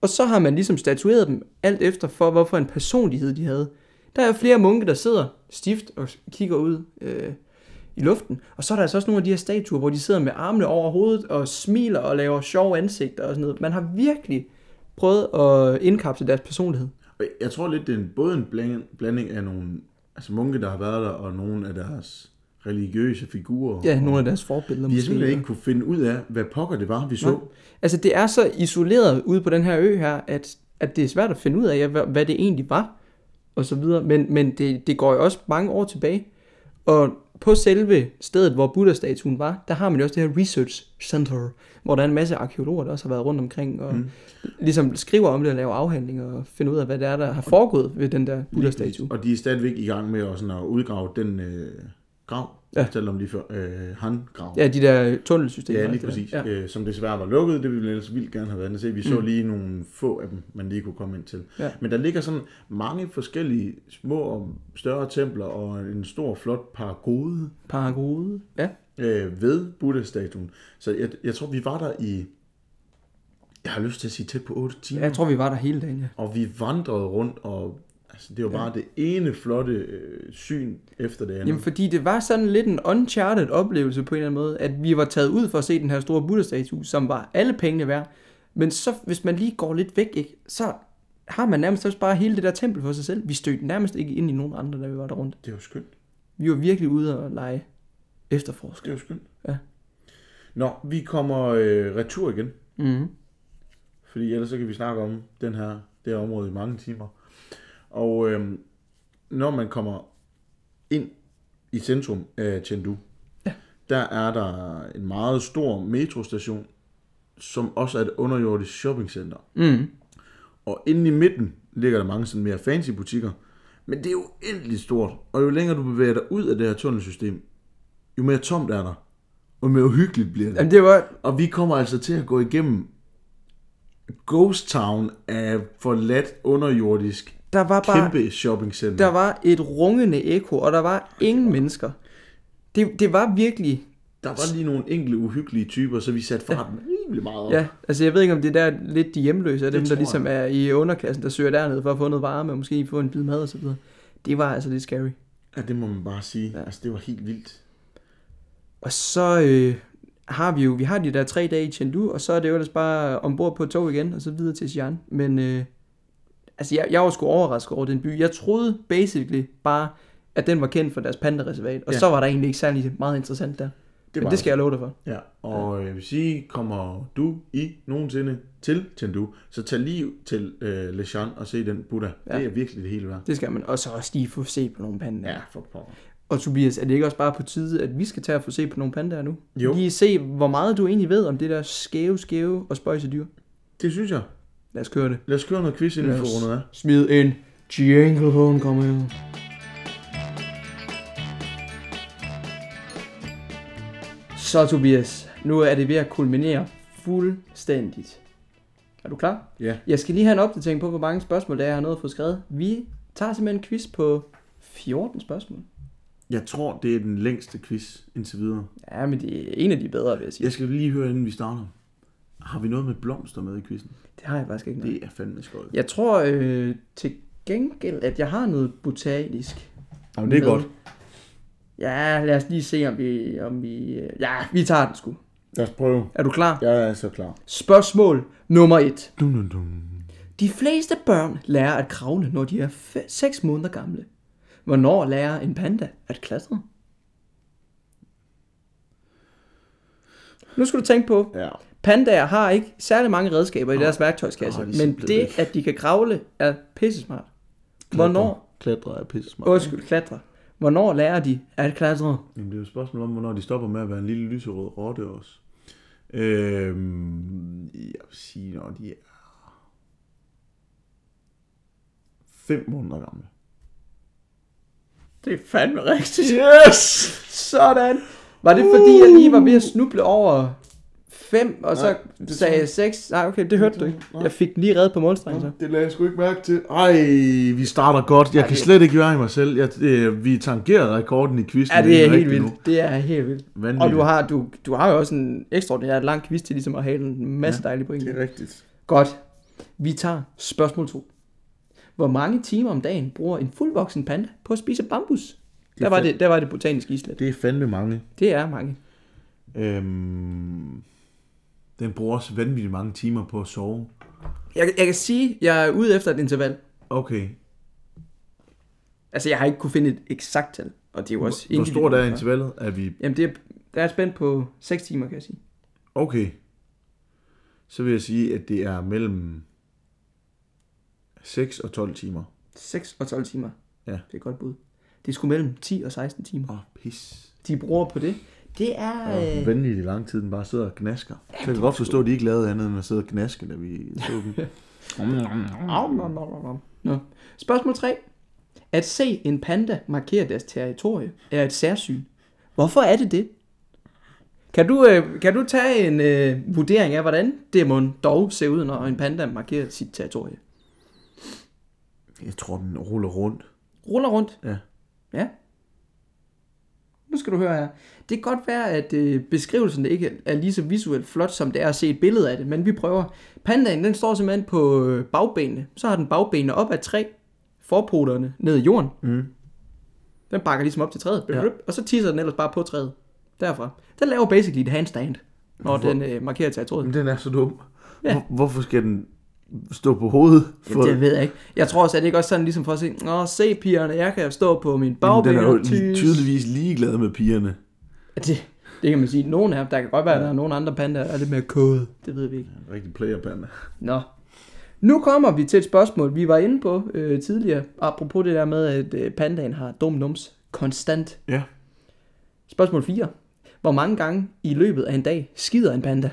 Og så har man ligesom statueret dem alt efter for, hvorfor en personlighed de havde. Der er flere munke, der sidder stift og kigger ud øh, i luften. Og så er der altså også nogle af de her statuer, hvor de sidder med armene over hovedet og smiler og laver sjove ansigter og sådan noget. Man har virkelig prøvet at indkapsle deres personlighed. Og Jeg tror lidt, det er en, både en blanding, blanding af nogle altså munke, der har været der, og nogle af deres religiøse figurer. Ja, nogle af deres forbilleder de har måske. simpelthen ikke kunne finde ud af, hvad pokker det var, vi så. Altså, det er så isoleret ude på den her ø her, at, at det er svært at finde ud af, hvad, hvad det egentlig var, og så videre. Men, men det, det går jo også mange år tilbage. Og på selve stedet, hvor Buddha-statuen var, der har man jo også det her research center, hvor der er en masse arkeologer, der også har været rundt omkring, og mm. ligesom skriver om det og laver afhandlinger, og finder ud af, hvad det er, der har foregået ved den der Buddha-statue. Og de er stadigvæk i gang med at, sådan at udgrave den øh, grav, Ja. ja. om lige før, øh, handgrav. Ja, de der tunnelsystemer. Ja, og alt lige det der. præcis. Ja. Mm. Ja. Øh, som desværre var lukket, det ville vi ellers vildt gerne have været inde at se. Vi så lige nogle få af dem, man lige kunne komme ind til. Ja. Men der ligger sådan mange forskellige små og større templer og en stor, flot pagode. Paragode. Ja. øh, ved Buddha-statuen. Så jeg, jeg tror, vi var der i, jeg har lyst til at sige tæt på 8 timer, Jeg tror, vi var der hele dagen, ja. og vi vandrede rundt, og altså, det var bare det ene flotte øh, syn efter det andet. Jamen, fordi det var sådan lidt en uncharted oplevelse på en eller anden måde, at vi var taget ud for at se den her store Buddha-statue, som var alle pengene værd. Men så, hvis man lige går lidt væk, ikke, så har man nærmest også bare hele det der tempel for sig selv. Vi stødte nærmest ikke ind i nogen andre, da vi var der rundt. Det var skønt. Vi var virkelig ude og lege efterforsker. Det var skønt. Ja. Nå, vi kommer øh, retur igen, Mm. fordi ellers så kan vi snakke om den her, det her område i mange timer. Og øh, når man kommer ind i centrum af Chengdu, der er der en meget stor metrostation, som også er et underjordisk shoppingcenter. Mm. Og inde i midten ligger der mange sådan mere fancy butikker. Men det er jo endelig stort. Og jo længere du bevæger dig ud af det her tunnelsystem, jo mere tomt er der. Og jo mere uhyggeligt bliver det. Jamen, det var... Og vi kommer altså til at gå igennem Ghost Town af forladt underjordisk Der var bare... kæmpe shoppingcenter. Der var et rungende ekko, og der var ingen mennesker. Det, det var virkelig Der var lige nogle enkle uhyggelige typer, så vi satte farten rimelig meget op. Ja, altså jeg ved ikke, om det er der lidt de hjemløse, er dem, der tror ligesom er i underklassen, der søger derned for at få noget varme, og måske få en bid mad og så videre. Det var altså lidt scary. ja det må man bare sige. Ja. Altså, det var helt vildt. Og så øh, har vi jo, vi har de der tre dage i Chengdu, og så er det jo ellers bare ombord på et tog igen, og så videre til Xi'an. Men øh, altså jeg, jeg var sgu overrasket over den by. Jeg troede basically bare, at den var kendt for deres pandareservat, og ja. Ja. så var der egentlig ikke særlig meget interessant der. Det var Men det skal jeg love dig for. Ja, og øh, jeg vil sige, kommer du i nogensinde til Chengdu, så tag lige til øh, Leshan og se den Buddha. Ja. Det er virkelig det hele værd. Det skal man. Og så også lige få set på nogle pandaer. Ja, for pokker. Og Tobias, er det ikke også bare på tide, at vi skal tage og få se på nogle pandaer nu? Jo. Lige se, hvor meget du egentlig ved om det der skæve, skæve og spøjse dyr. Det synes jeg. Lad os køre det. Lad os køre noget quiz inden vi får rundet af. Smid en jingle på, den kommer her. Så Tobias, nu er det ved at kulminere fuldstændigt. Er du klar? Ja. Jeg skal lige have en opdatering på, hvor mange spørgsmål der er, jeg har nået at få skrevet. Vi tager simpelthen en quiz på 14 spørgsmål. Jeg tror, det er den længste quiz indtil videre. Ja, men det er en af de bedre, vil jeg sige. Jeg skal lige høre, inden vi starter. Har vi noget med blomster med i quizzen? Det har jeg faktisk ikke. Det er fandme skøjt. Jeg tror, øh, til gengæld, at jeg har noget botanisk. Jamen, det er med. godt. Ja, lad os lige se, om vi... Om vi øh, ja, vi tager den sgu. Lad os prøve. Er du klar? Ja. Jeg er så klar. Spørgsmål nummer et. Dum, dum, dum. De fleste børn lærer at kravle, når de er 6 måneder gamle. Hvornår lærer en panda at klatre? Nu skal du tænke på, Ja. pandaer har ikke særlig mange redskaber i deres værktøjskasse, Nej, de er men simpelthen det, ikke. at de kan kravle, er pissesmart. Hvornår, Klatre er pisse smart. undskyld, klatre, hvornår lærer de at klatre? Jamen, det er jo et spørgsmål om, hvornår de stopper med at være en lille lyserød rotte også. Øhm, jeg vil sige, når de er... 5 måneder gamle. Det er fandme rigtigt. Yes! Sådan. Var det fordi, jeg lige var ved at snuble over 5, og så nej, det sagde tror jeg 6? Nej, okay, det hørte du ikke. Nej. Jeg fik den lige reddet på målstrengen så. Det lagde jeg sgu ikke mærke til. Ej, vi starter godt. Jeg kan slet ikke være i mig selv. Jeg, det, vi tangerer rekorden i quizzen. Ja, det er helt rigtig nu. vildt. Det er helt vildt. Og Vanvittigt. du har, du, du har jo også en ekstraordinær lang quiz til ligesom at hale en masse ja, dejlige point. Det er rigtigt. Godt. Vi tager spørgsmål 2. Hvor mange timer om dagen bruger en fuldvoksen panda på at spise bambus? Der var, fedt. det, der var det botaniske islet. Det er fandme mange. Det er mange. Øhm, den bruger også vanvittigt mange timer på at sove. Jeg, jeg kan sige, jeg er ude efter et interval. Okay, Altså, jeg har ikke kunne finde et eksakt tal. Og det er jo også hvor stort er individuelt. intervallet? Er vi Jamen, det er, der er et spænd på 6 timer, kan jeg sige. Okay. Så vil jeg sige, at det er mellem 6 og 12 timer. 6 og 12 timer. Ja. Det er et godt bud. Det er sgu mellem 10 og 16 timer. Åh, oh, pis. De bruger på det. Det er... Det Øh, er vanvittigt i lang tid, den bare sidder og gnasker. Ja, jeg kan godt forstå, at de ikke lavede andet end at sidde og gnaske, da vi så (laughs) dem. Au, nom, nom, nom, nom. Nå. Spørgsmål 3. At se en panda markere deres territorie er et særsyn. Hvorfor er det det? Kan du, øh, kan du tage en øh, vurdering af, hvordan det må dog se ud, når en panda markerer sit territorie? Jeg tror, den ruller rundt. Ruller rundt. Ja. Ja. Nu skal du høre her. Det kan godt være, at øh, beskrivelsen ikke er lige så visuelt flot, som det er at se et billede af det, men vi prøver. Pandaen, den står simpelthen på øh, bagbenene. Så har den bagbenene op ad træ, forpoterne ned i jorden. Mm. Den bakker ligesom op til træet, ja. og så tisser den ellers bare på træet. Derfra. Den laver basically et handstand, når den øh, markerer territoriet. Men den er så dum. Ja. Hvor, hvorfor skal den stå på hovedet? Ja, det ved jeg ikke. Jeg tror også, at det ikke også sådan ligesom for at se, Nå, se pigerne, jeg kan stå på min Jamen, den bagbene er jo og li- tisse. tydeligvis ligeglad med pigerne. Det, det kan man sige. Nogle af dem, der kan godt være, at der er nogle andre pandaer, der er lidt mere kode. Det ved vi ikke. En rigtig playerpanda. Nå. Nu kommer vi til et spørgsmål, vi var inde på øh, tidligere, apropos det der med, at øh, pandaen har dum nums konstant. Ja. Spørgsmål 4. Hvor mange gange i løbet af en dag skider en panda?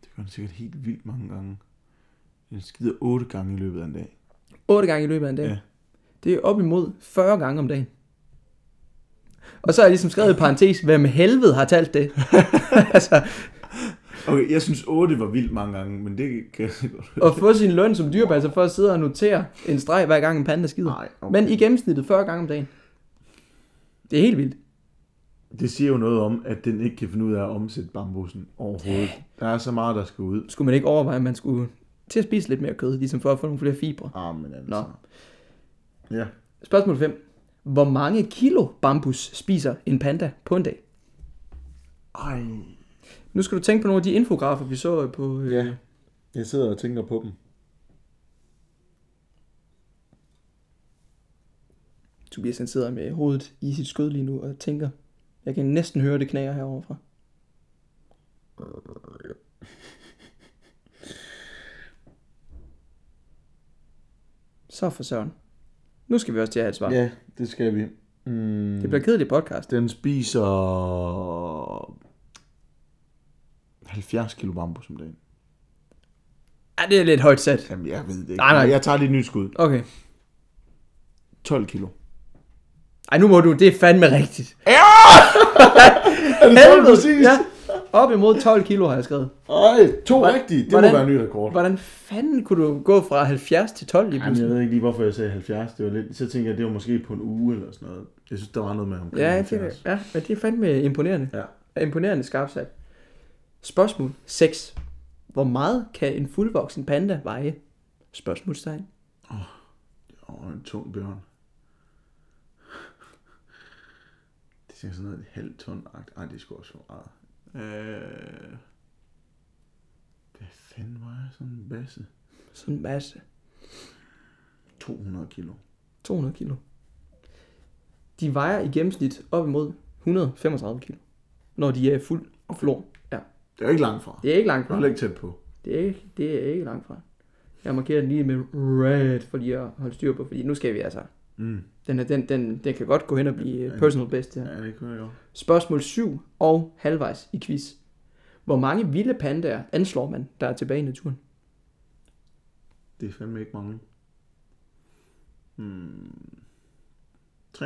Det gør den sikkert helt vildt mange gange. Den skider otte gange i løbet af en dag. 8 gange i løbet af en dag. Ja. Det er op imod 40 gange om dagen. Og så har jeg ligesom skrevet i parentes, hvem helvede har talt (laughs) det? altså, Okay, jeg synes 8 var vildt mange gange, men det kan jeg godt at få sin løn som dyrepasser for at sidde og notere en streg hver gang en panda skider. Nej, okay. Men i gennemsnittet 40 gange om dagen. Det er helt vildt. Det siger jo noget om, at den ikke kan finde ud af at omsætte bambusen overhovedet. Der er så meget, der skal ud. Skulle man ikke overveje, at man skulle til at spise lidt mere kød, ligesom for at få nogle flere fibre. Ah, men altså. Nå. Ja. Spørgsmål 5. Hvor mange kilo bambus spiser en panda på en dag? Ej. Nu skal du tænke på nogle af de infografer, vi så på... Øh, Ja. Jeg sidder og tænker på dem. Tobias han sidder med hovedet i sit skød lige nu og tænker, jeg kan næsten høre det knager herovre (laughs) fra. Så for søren. Nu skal vi også til at have et svar. Ja, det skal vi. Mm. Det bliver kedeligt podcast. Den spiser 70 kilo bambus om dagen. Ja, det er lidt højt sat. Jamen, jeg ved det ikke. Nej, nej. Jeg tager lige et nyt skud. Okay. 12 kilo. Ej, nu må du. Det er fandme (laughs) rigtigt. Er det Ja. Op imod 12 kilo har jeg skrevet. Ej, to rigtige. Det hvordan- må være en ny rekord. Hvordan fanden kunne du gå fra 70 til 12 i Jamen, jeg pludselig? ved ikke lige, hvorfor jeg sagde 70. Det var lidt, så tænkte jeg, det var måske på en uge eller sådan noget. Jeg altså. synes, der var noget med omkring Ja, det, 70. er- ja, men det er fandme imponerende. Ja. er imponerende skarpt sat. Spørgsmål 6. Hvor meget kan en fuldvoksen panda veje? Spørgsmålstegn. Åh, en tung bjørn. Det ser sådan noget et halvt ton agt. Ej, det er sgu også for meget. Øh... Hvad fanden var jeg sådan en basse? Sådan en masse. 200 kilo. 200 kilo. De vejer i gennemsnit op imod 135 kilo, når de er fuld okay. flor. Ja. Det er jo ikke langt fra. Det Det er ikke langt er fra. heller ikke tæt på. Det er ikke, det er ikke langt fra. Jeg markerer den lige med red, for lige at holde styr på, fordi nu skal vi altså. Mm. Den, er, den, den, den kan godt gå hen og blive øh, personal best. Ja. Ja, det kunne jeg godt. Spørgsmål 7 og halvvejs i quiz. Hvor mange vilde pandaer anslår man, der er tilbage i naturen? Det er fandme ikke mange. Hmm.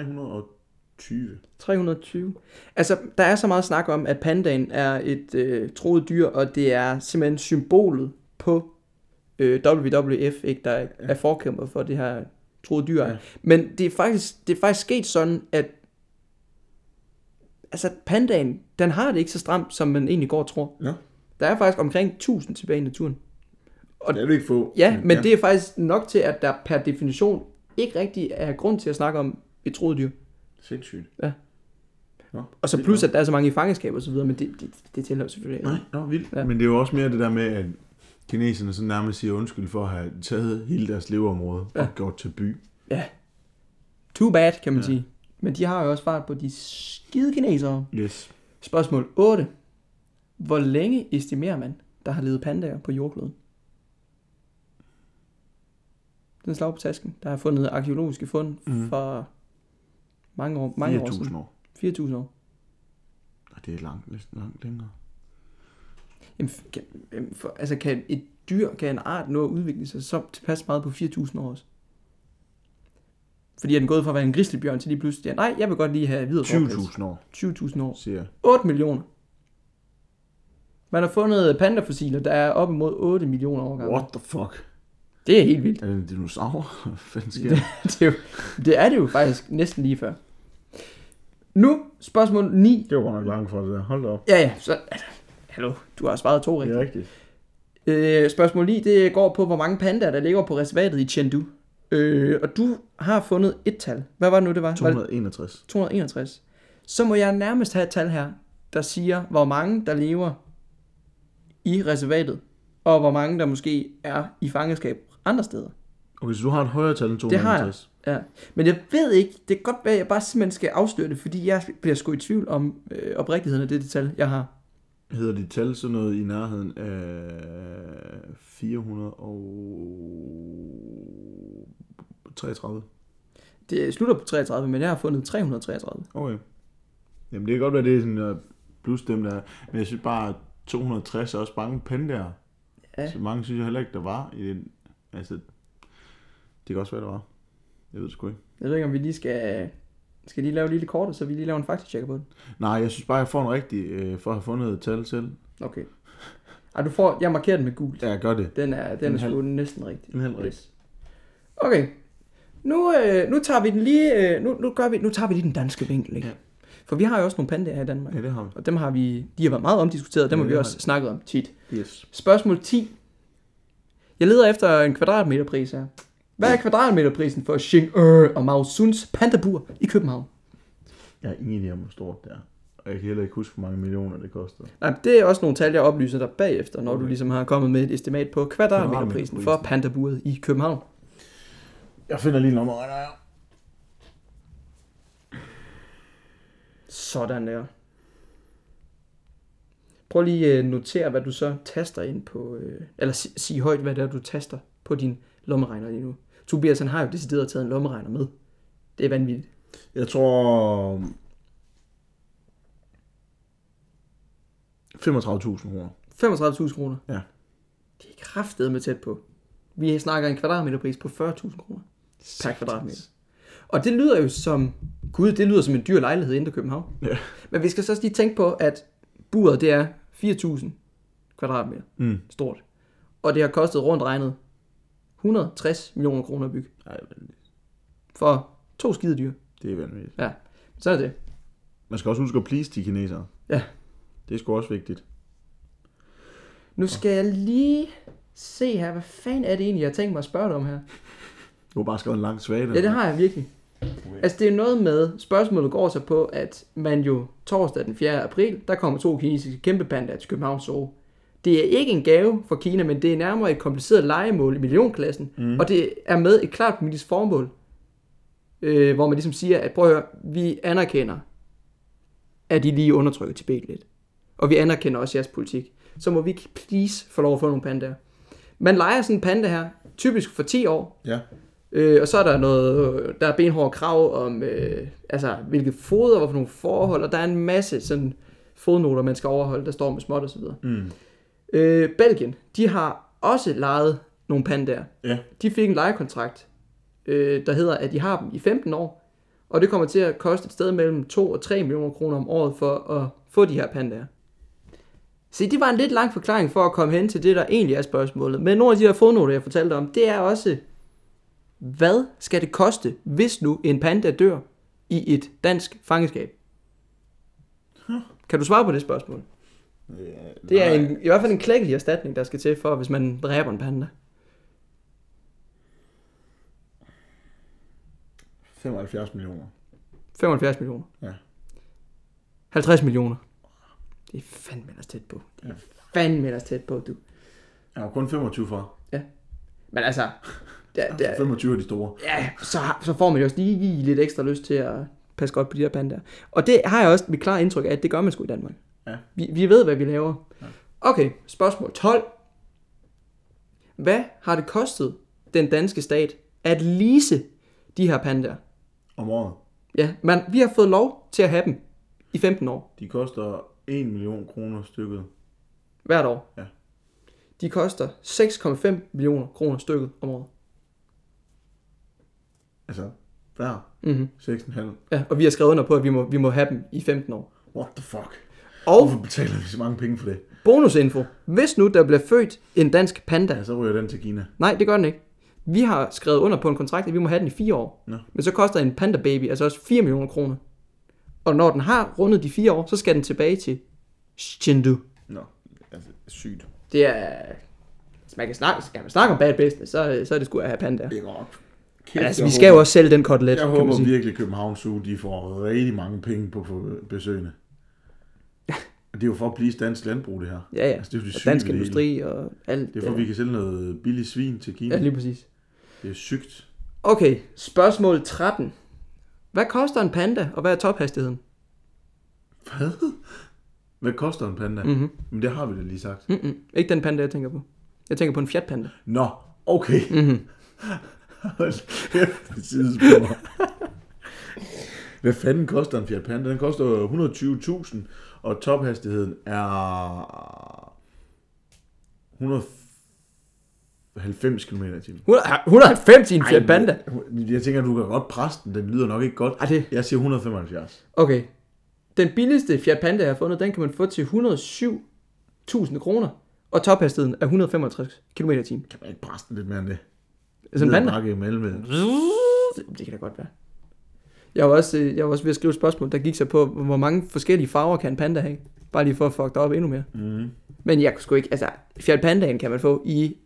320. 320. Altså, der er så meget snak om, at pandaen er et øh, troet dyr, og det er simpelthen symbolet på øh, WWF, ikke, der ja. er forkæmper for det her troede dyr. Ja. Ja. Men det er, faktisk, det er faktisk sket sådan, at altså, pandaen, den har det ikke så stramt, som man egentlig går og tror. Ja. Der er faktisk omkring 1000 tilbage i naturen. Og det er du ikke få. Ja, men Mm, ja. det er faktisk nok til, at der per definition ikke rigtig er grund til at snakke om et troet dyr. Sindssygt. Ja. Nå, Og så vildt plus, nok. at der er så mange i fangenskab og så videre, men det, det, det tæller jo selvfølgelig. ikke. Nej, nå, vildt. Ja. Ja. Men det er jo også mere det der med, at kineserne så nærmest siger undskyld for at have taget hele deres leveområde ja. og gjort til by. Too bad, kan man ja. sige. Men de har jo også fart på de skide kinesere. Yes. Spørgsmål 8. Hvor længe estimerer man, der har levet pandaer på jordkloden? Den slag på tasken. Der er fundet arkeologiske fund mm. for mange år, mange år siden. 4.000 år. 4.000 år. Og det er langt, næsten langt længere. Jamen, f- kan, jamen, for, altså, kan et dyr, kan en art nå at udvikle sig så tilpas meget på 4.000 år også? Fordi er den gået fra at være en grizzlybjørn til lige pludselig, at nej, jeg vil godt altså. lige have videre 20.000 år, 20.000 år. siger jeg. 8 millioner. Man har fundet pandafossiler, der er op imod 8 millioner år gamle. What the fuck? Det er helt vildt. (laughs) Er det en dinosaur? (laughs) Hvad fanden sker Det, der? det, er jo, det er det jo faktisk næsten lige før. Nu, spørgsmål 9. Det var godt nok langt for det der. Hold da op. Ja, ja, så... Altså, hallo, du har svaret to rigtigt. Det er rigtigt. Øh, spørgsmål 9, det går på, hvor mange pandaer, der ligger på reservatet i Chengdu. Øh, og du har fundet et tal. Hvad var det nu, det var? Var det 261. 261. Så må jeg nærmest have et tal her, der siger, hvor mange, der lever i reservatet, og hvor mange, der måske er i fangenskab andre steder. Okay, så du har et højere tal end 261. Det har jeg. Ja. Men jeg ved ikke, det kan godt være, at jeg bare simpelthen skal afsløre det, fordi jeg bliver sgu i tvivl om øh, oprigtigheden af det, det tal, jeg har. Hedder dit tal sådan noget i nærheden af 433? Det slutter på 33, men jeg har fundet 333. Okay. Jamen det kan godt være, det er sådan uh, plus dem der, men jeg synes bare, at 260 er også mange pandaer. Ja. Ja. Så mange synes jeg heller ikke, der var i den. Altså, det kan også være, der var. Jeg ved det sgu ikke. Jeg ved ikke, om vi lige skal, skal lige lave et lille kort, og så vi lige laver en faktatjekker på den. Nej, jeg synes bare, jeg får en rigtig, øh, for at have fundet et tal selv. Okay. Ej, du får, jeg markerer den med gult. Ja, gør det. Den er, den En er sgu næsten rigtig. en halv rigtig. Yes. Okay. Nu, øh, nu tager vi den lige, øh, nu, nu, gør vi, nu tager vi lige den danske vinkel, ikke? Ja. Ja. For vi har jo også nogle pandaer her i Danmark. Ja, Ja. det har vi. Og dem har vi, de har været meget omdiskuteret, og dem Ja, ja, har vi det har også snakket om tit. Yes. Spørgsmål 10. Jeg leder efter en kvadratmeterpris her. Hvad er kvadratmeterprisen for Xing og Mao Suns pandabur i København? Jeg er ingen idé om, hvor stort det er. Og jeg kan heller ikke huske, hvor mange millioner det koster. Nej, det er også nogle tal, jeg oplyser dig bagefter, når okay. du ligesom har kommet med et estimat på kvadratmeterprisen for pandaburet i København. Jeg finder lige nummer, der er. Sådan der. Prøv lige at notere, hvad du så taster ind på, øh, eller sig, sig højt, hvad det er, du taster på din lommeregner lige nu. Tobias, han har jo decideret taget en lommeregner med. Det er vanvittigt. Jeg tror... um, 35.000 kroner. 35.000 kroner. Ja. Det er kraftedet med tæt på. Vi snakker en kvadratmeterpris på 40.000 kroner per kvadratmeter. Og det lyder jo som, gud, det lyder som en dyr lejlighed inde i København. Ja. Men vi skal så også lige tænke på, at buret det er 4.000 kvadratmeter Mm. stort. Og det har kostet rundt regnet 160 millioner kroner at bygge Ej, vanvittigt. for to skide dyr. Det er vanvittigt. Ja, så er det. Man skal også huske at please de kinesere. Ja. Det er sgu også vigtigt. Nu skal jeg lige se her, hvad fanden er det egentlig, jeg tænker mig at spørge dig om her? Du har bare skrevet en lang svane. Ja, det har jeg virkelig. Altså, det er noget med, spørgsmålet går så på, at man jo torsdag den 4. april, der kommer to kinesiske kæmpepandaer til København Zoo. Det er ikke en gave for Kina, men det er nærmere et kompliceret legemål i millionklassen, mm. og det er med et klart politisk formål, øh, hvor man ligesom siger, at prøv at høre, vi anerkender, at I lige undertrykker Tibet lidt, og vi anerkender også jeres politik. Så må vi ikke please få lov at få nogle pandaer. Man leger sådan en panda her, typisk for 10 år, Ja. Øh, og så er der noget, øh, der er benhårde krav om, øh, altså hvilke foder, hvorfor nogle forhold, og der er en masse sådan fodnoter, man skal overholde, der står med småt og så videre. Mm. Øh, Belgien, de har også lejet nogle pandaer. Ja. De fik en lejekontrakt, øh, der hedder, at de har dem i 15 år, og det kommer til at koste et sted mellem 2 og 3 millioner kroner om året for at få de her pandaer. Se, det var en lidt lang forklaring for at komme hen til det, der egentlig er spørgsmålet. Men nogle af de her fodnoter, jeg fortalte om, det er også, hvad skal det koste, hvis nu en panda dør i et dansk fangenskab? Kan du svare på det spørgsmål? ja Det er nej. en, i hvert fald en klækkelig erstatning, der skal til for, hvis man dræber en panda. 75 millioner. 75 millioner. Ja. 50 millioner. Det er fandme ellers tæt på. Det er fandme ellers tæt på, du. Jeg har kun 25 fra. Ja. (laughs) Men altså, der, der, 25 er de store. ja, så, har- så får man jo også lige lidt ekstra lyst til at passe godt på de her pandaer. Og det har jeg også mit klare indtryk af, at det gør man sgu i Danmark. Ja. Vi, vi ved, hvad vi laver. Okay, spørgsmål 12. Hvad har det kostet den danske stat at lease de her pandaer? Om året. Ja, man, vi har fået lov til at have dem i 15 år. De koster 1 million kroner stykket. Hvert år. Ja. De koster 6,5 millioner kroner stykket om året. Altså, hver. Mm-hmm. 6,5. Ja, og vi har skrevet under på, at vi må, vi må have dem i 15 år. What the fuck? Og Hvorfor betaler vi så mange penge for det? bonusinfo. Hvis nu der bliver født en dansk panda. Ja, så ryger den til Kina. Nej, det gør den ikke. Vi har skrevet under på en kontrakt, at vi må have den i 4 år. Nå. Men så koster en panda baby altså også 4 millioner kroner. Og når den har rundet de 4 år, så skal den tilbage til Shindu. Nå, altså, sygt. Det er... Hvis man kan snakke, skal man snakke om bad business, så, så er det sgu at have panda. Det er godt. Kæft, Men altså, jeg vi skal jo håber- også sælge den kotelet, Jeg kan man håber sige. virkelig, at København Zoo, de får rigtig mange penge på på (laughs) besøgende. Og det er jo for at blive dansk landbrug, det her. Ja, ja. Altså, det er jo det og syge dansk ved det hele. industri og alt. Det er for, at vi kan sælge noget billig svin til Kina. Ja, lige præcis. Det er sygt. Okay, spørgsmål 13. Hvad koster en panda, og hvad er tophastigheden? Hvad? Hvad koster en panda? Mhm. Men det har vi da lige sagt. Mm-mm. Ikke den panda, jeg tænker på. Jeg tænker på en Fiat-panda. Nå, okay. Mhm. Hold (laughs) kæft, det sidespor. Hvad fanden koster en Fiat Panda? Den koster 120.000, og tophastigheden er 190 km i timen. 190 i en Fiat Panda? Jeg tænker, du kan godt presse den. Den lyder nok ikke godt. Ej, det- Jeg siger 175. Okay. Den billigste Fiat Panda, jeg har fundet, den kan man få til 107.000 kroner. Og tophastigheden er 165 km i timen. Kan man ikke presse den lidt mere end det? Altså en Ned ad panda? bakke imellem med. Det kan da godt være. Jeg var, også, øh, jeg var også ved at skrive et spørgsmål, der gik så på, hvor mange forskellige farver kan en panda have? Bare lige for at fuck dig op endnu mere. Mm. Men jeg kunne sgu ikke, altså, Fiat Pandaen kan man få i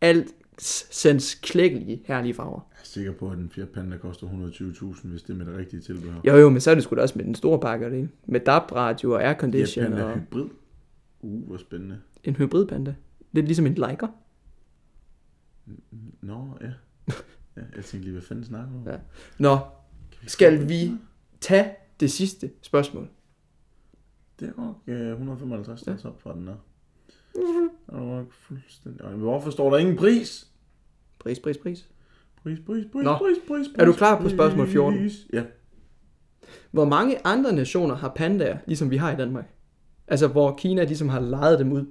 alt sens klækkelige herlige farver. Jeg er sikker på, at en Fiat Panda koster 120.000, hvis det er med det rigtige tilbehør. Jo jo, men så er det sgu da også med den store pakke og det hele. Med DAB-radio og Fiat aircondition Panda og hybrid. Uh, hvor spændende. en hybridpanda. Lidt ligesom en liker. Nå, ja. ja jeg tænkte lige, hvad fanden snakker du om? Ja. Nå, skal vi tage det sidste spørgsmål? Det er nok øh, 155, der er så op fra den her. Mhm. Og det var nok fuldstændig... Ej, men Hvorfor står der ingen pris? Pris, pris, pris. Pris, pris, pris, Nå. pris, pris, pris, Er du klar på spørgsmål 14? pris. Ja. Hvor mange andre nationer har pandaer, ligesom vi har i Danmark? Altså, hvor Kina ligesom har lejet dem ud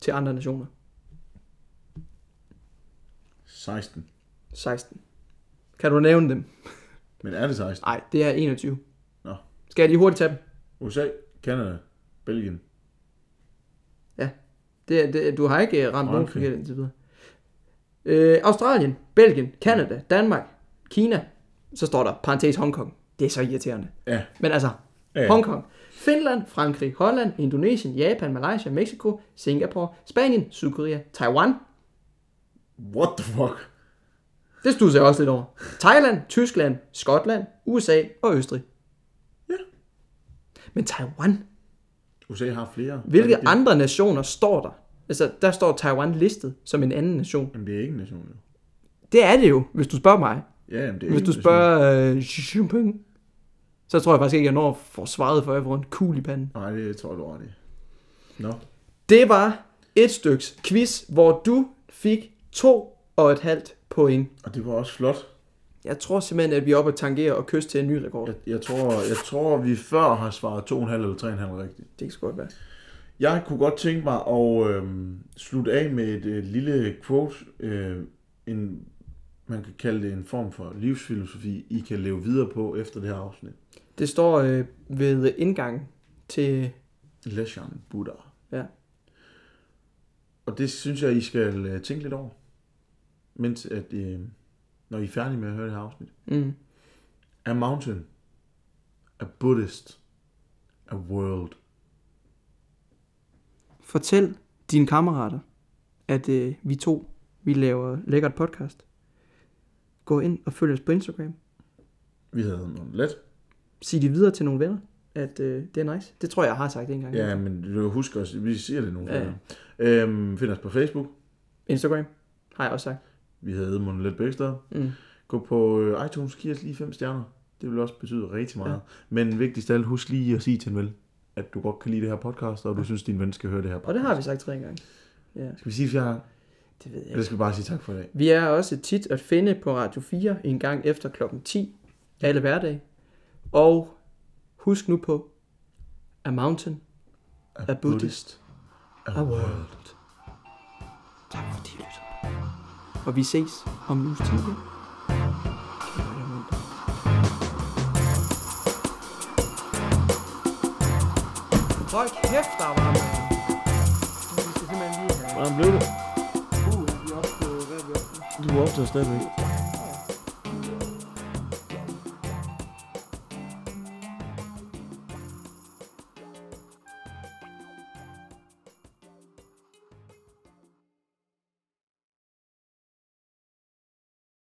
til andre nationer. 16. 16. Kan du nævne dem? Men er det 16? Nej, det er 21. Nå. Skal jeg lige hurtigt tage dem? USA, Canada, Belgien. Ja. Det, det, du har ikke øh, ramt nogen Okay. forkert indtil videre. Øh, Australien, Belgien, Kanada, Danmark, Kina. Så står der parentes Hongkong. Det er så irriterende. Ja. Men altså, Ja. Hongkong. Finland, Frankrig, Holland, Indonesien, Japan, Malaysia, Mexico, Singapore, Spanien, Sydkorea, Taiwan. What the fuck? Det stod jeg også lidt over. Thailand, Tyskland, Skotland, USA og Østrig. Ja. Men Taiwan? USA har flere. Hvilke Er det- andre nationer står der? Altså, der står Taiwan listet som en anden nation. Jamen, det er ikke en nation, jo. Det er det jo, hvis du spørger mig. Ja, jamen, det er Hvis ikke du en nation. spørger øh, Xi Jinping, så tror jeg faktisk ikke, jeg når at få svaret, for jeg får en kugle i panden. Nej, det tror jeg, du har ret i. Nå. Det var et styks quiz, hvor du fik to og et halvt point. Og det var også flot. Jeg tror simpelthen, at vi er oppe at tangere og kysse til en ny rekord. Jeg, jeg, tror, jeg tror, vi før har svaret 2,5 eller 3,5 rigtigt. Det kan sgu godt være. Jeg kunne godt tænke mig at øh, slutte af med et øh, lille quote. Øh, en, man kan kalde det en form for livsfilosofi, I kan leve videre på efter det her afsnit. Det står øh, ved indgangen til... Leshan Buddha. Ja. Og det synes jeg, I skal øh, tænke lidt over, mens at, øh, når I er færdige med at høre det her afsnit. Mm. A mountain. A Buddhist. A world. Fortæl dine kammerater, at øh, vi to, vi laver lækkert podcast. Gå ind og følg os på Instagram. Vi havde nogle let. Sig det videre til nogle venner, at øh, det er nice. Det tror jeg, jeg har sagt en gang. Ja, men du husker os. Vi siger det nu. Ja, Ja. ja. Øhm, find os på Facebook. Instagram har jeg også sagt. Vi hedder Edmund Let Bæksted. Mm. Gå på øh, iTunes, giv os lige fem stjerner. Det vil også betyde rigtig meget. Ja. Men vigtigst af alt, husk lige at sige til en vel, at du godt kan lide det her podcast, og du synes, din ven skal høre det her podcast. Og det har vi sagt tre gange. Ja, Skal vi sige fjerde gang? det ved jeg Eller ikke. skal vi bare sige tak for i dag? Vi er også tit at finde på Radio 4 en gang efter klokken 10 alle hverdag. Og husk nu på A Mountain, A Buddhist, A World. Tak fordi I lytter. Og vi ses om en uges tid. igen. Kan I holde jer muntre? Hold kæft, der var varmt. Vi skal simpelthen lige have... Hvordan blev det? Uh, vi er oppe på... Hvad er vi oppe på? Du er optaget stadigvæk.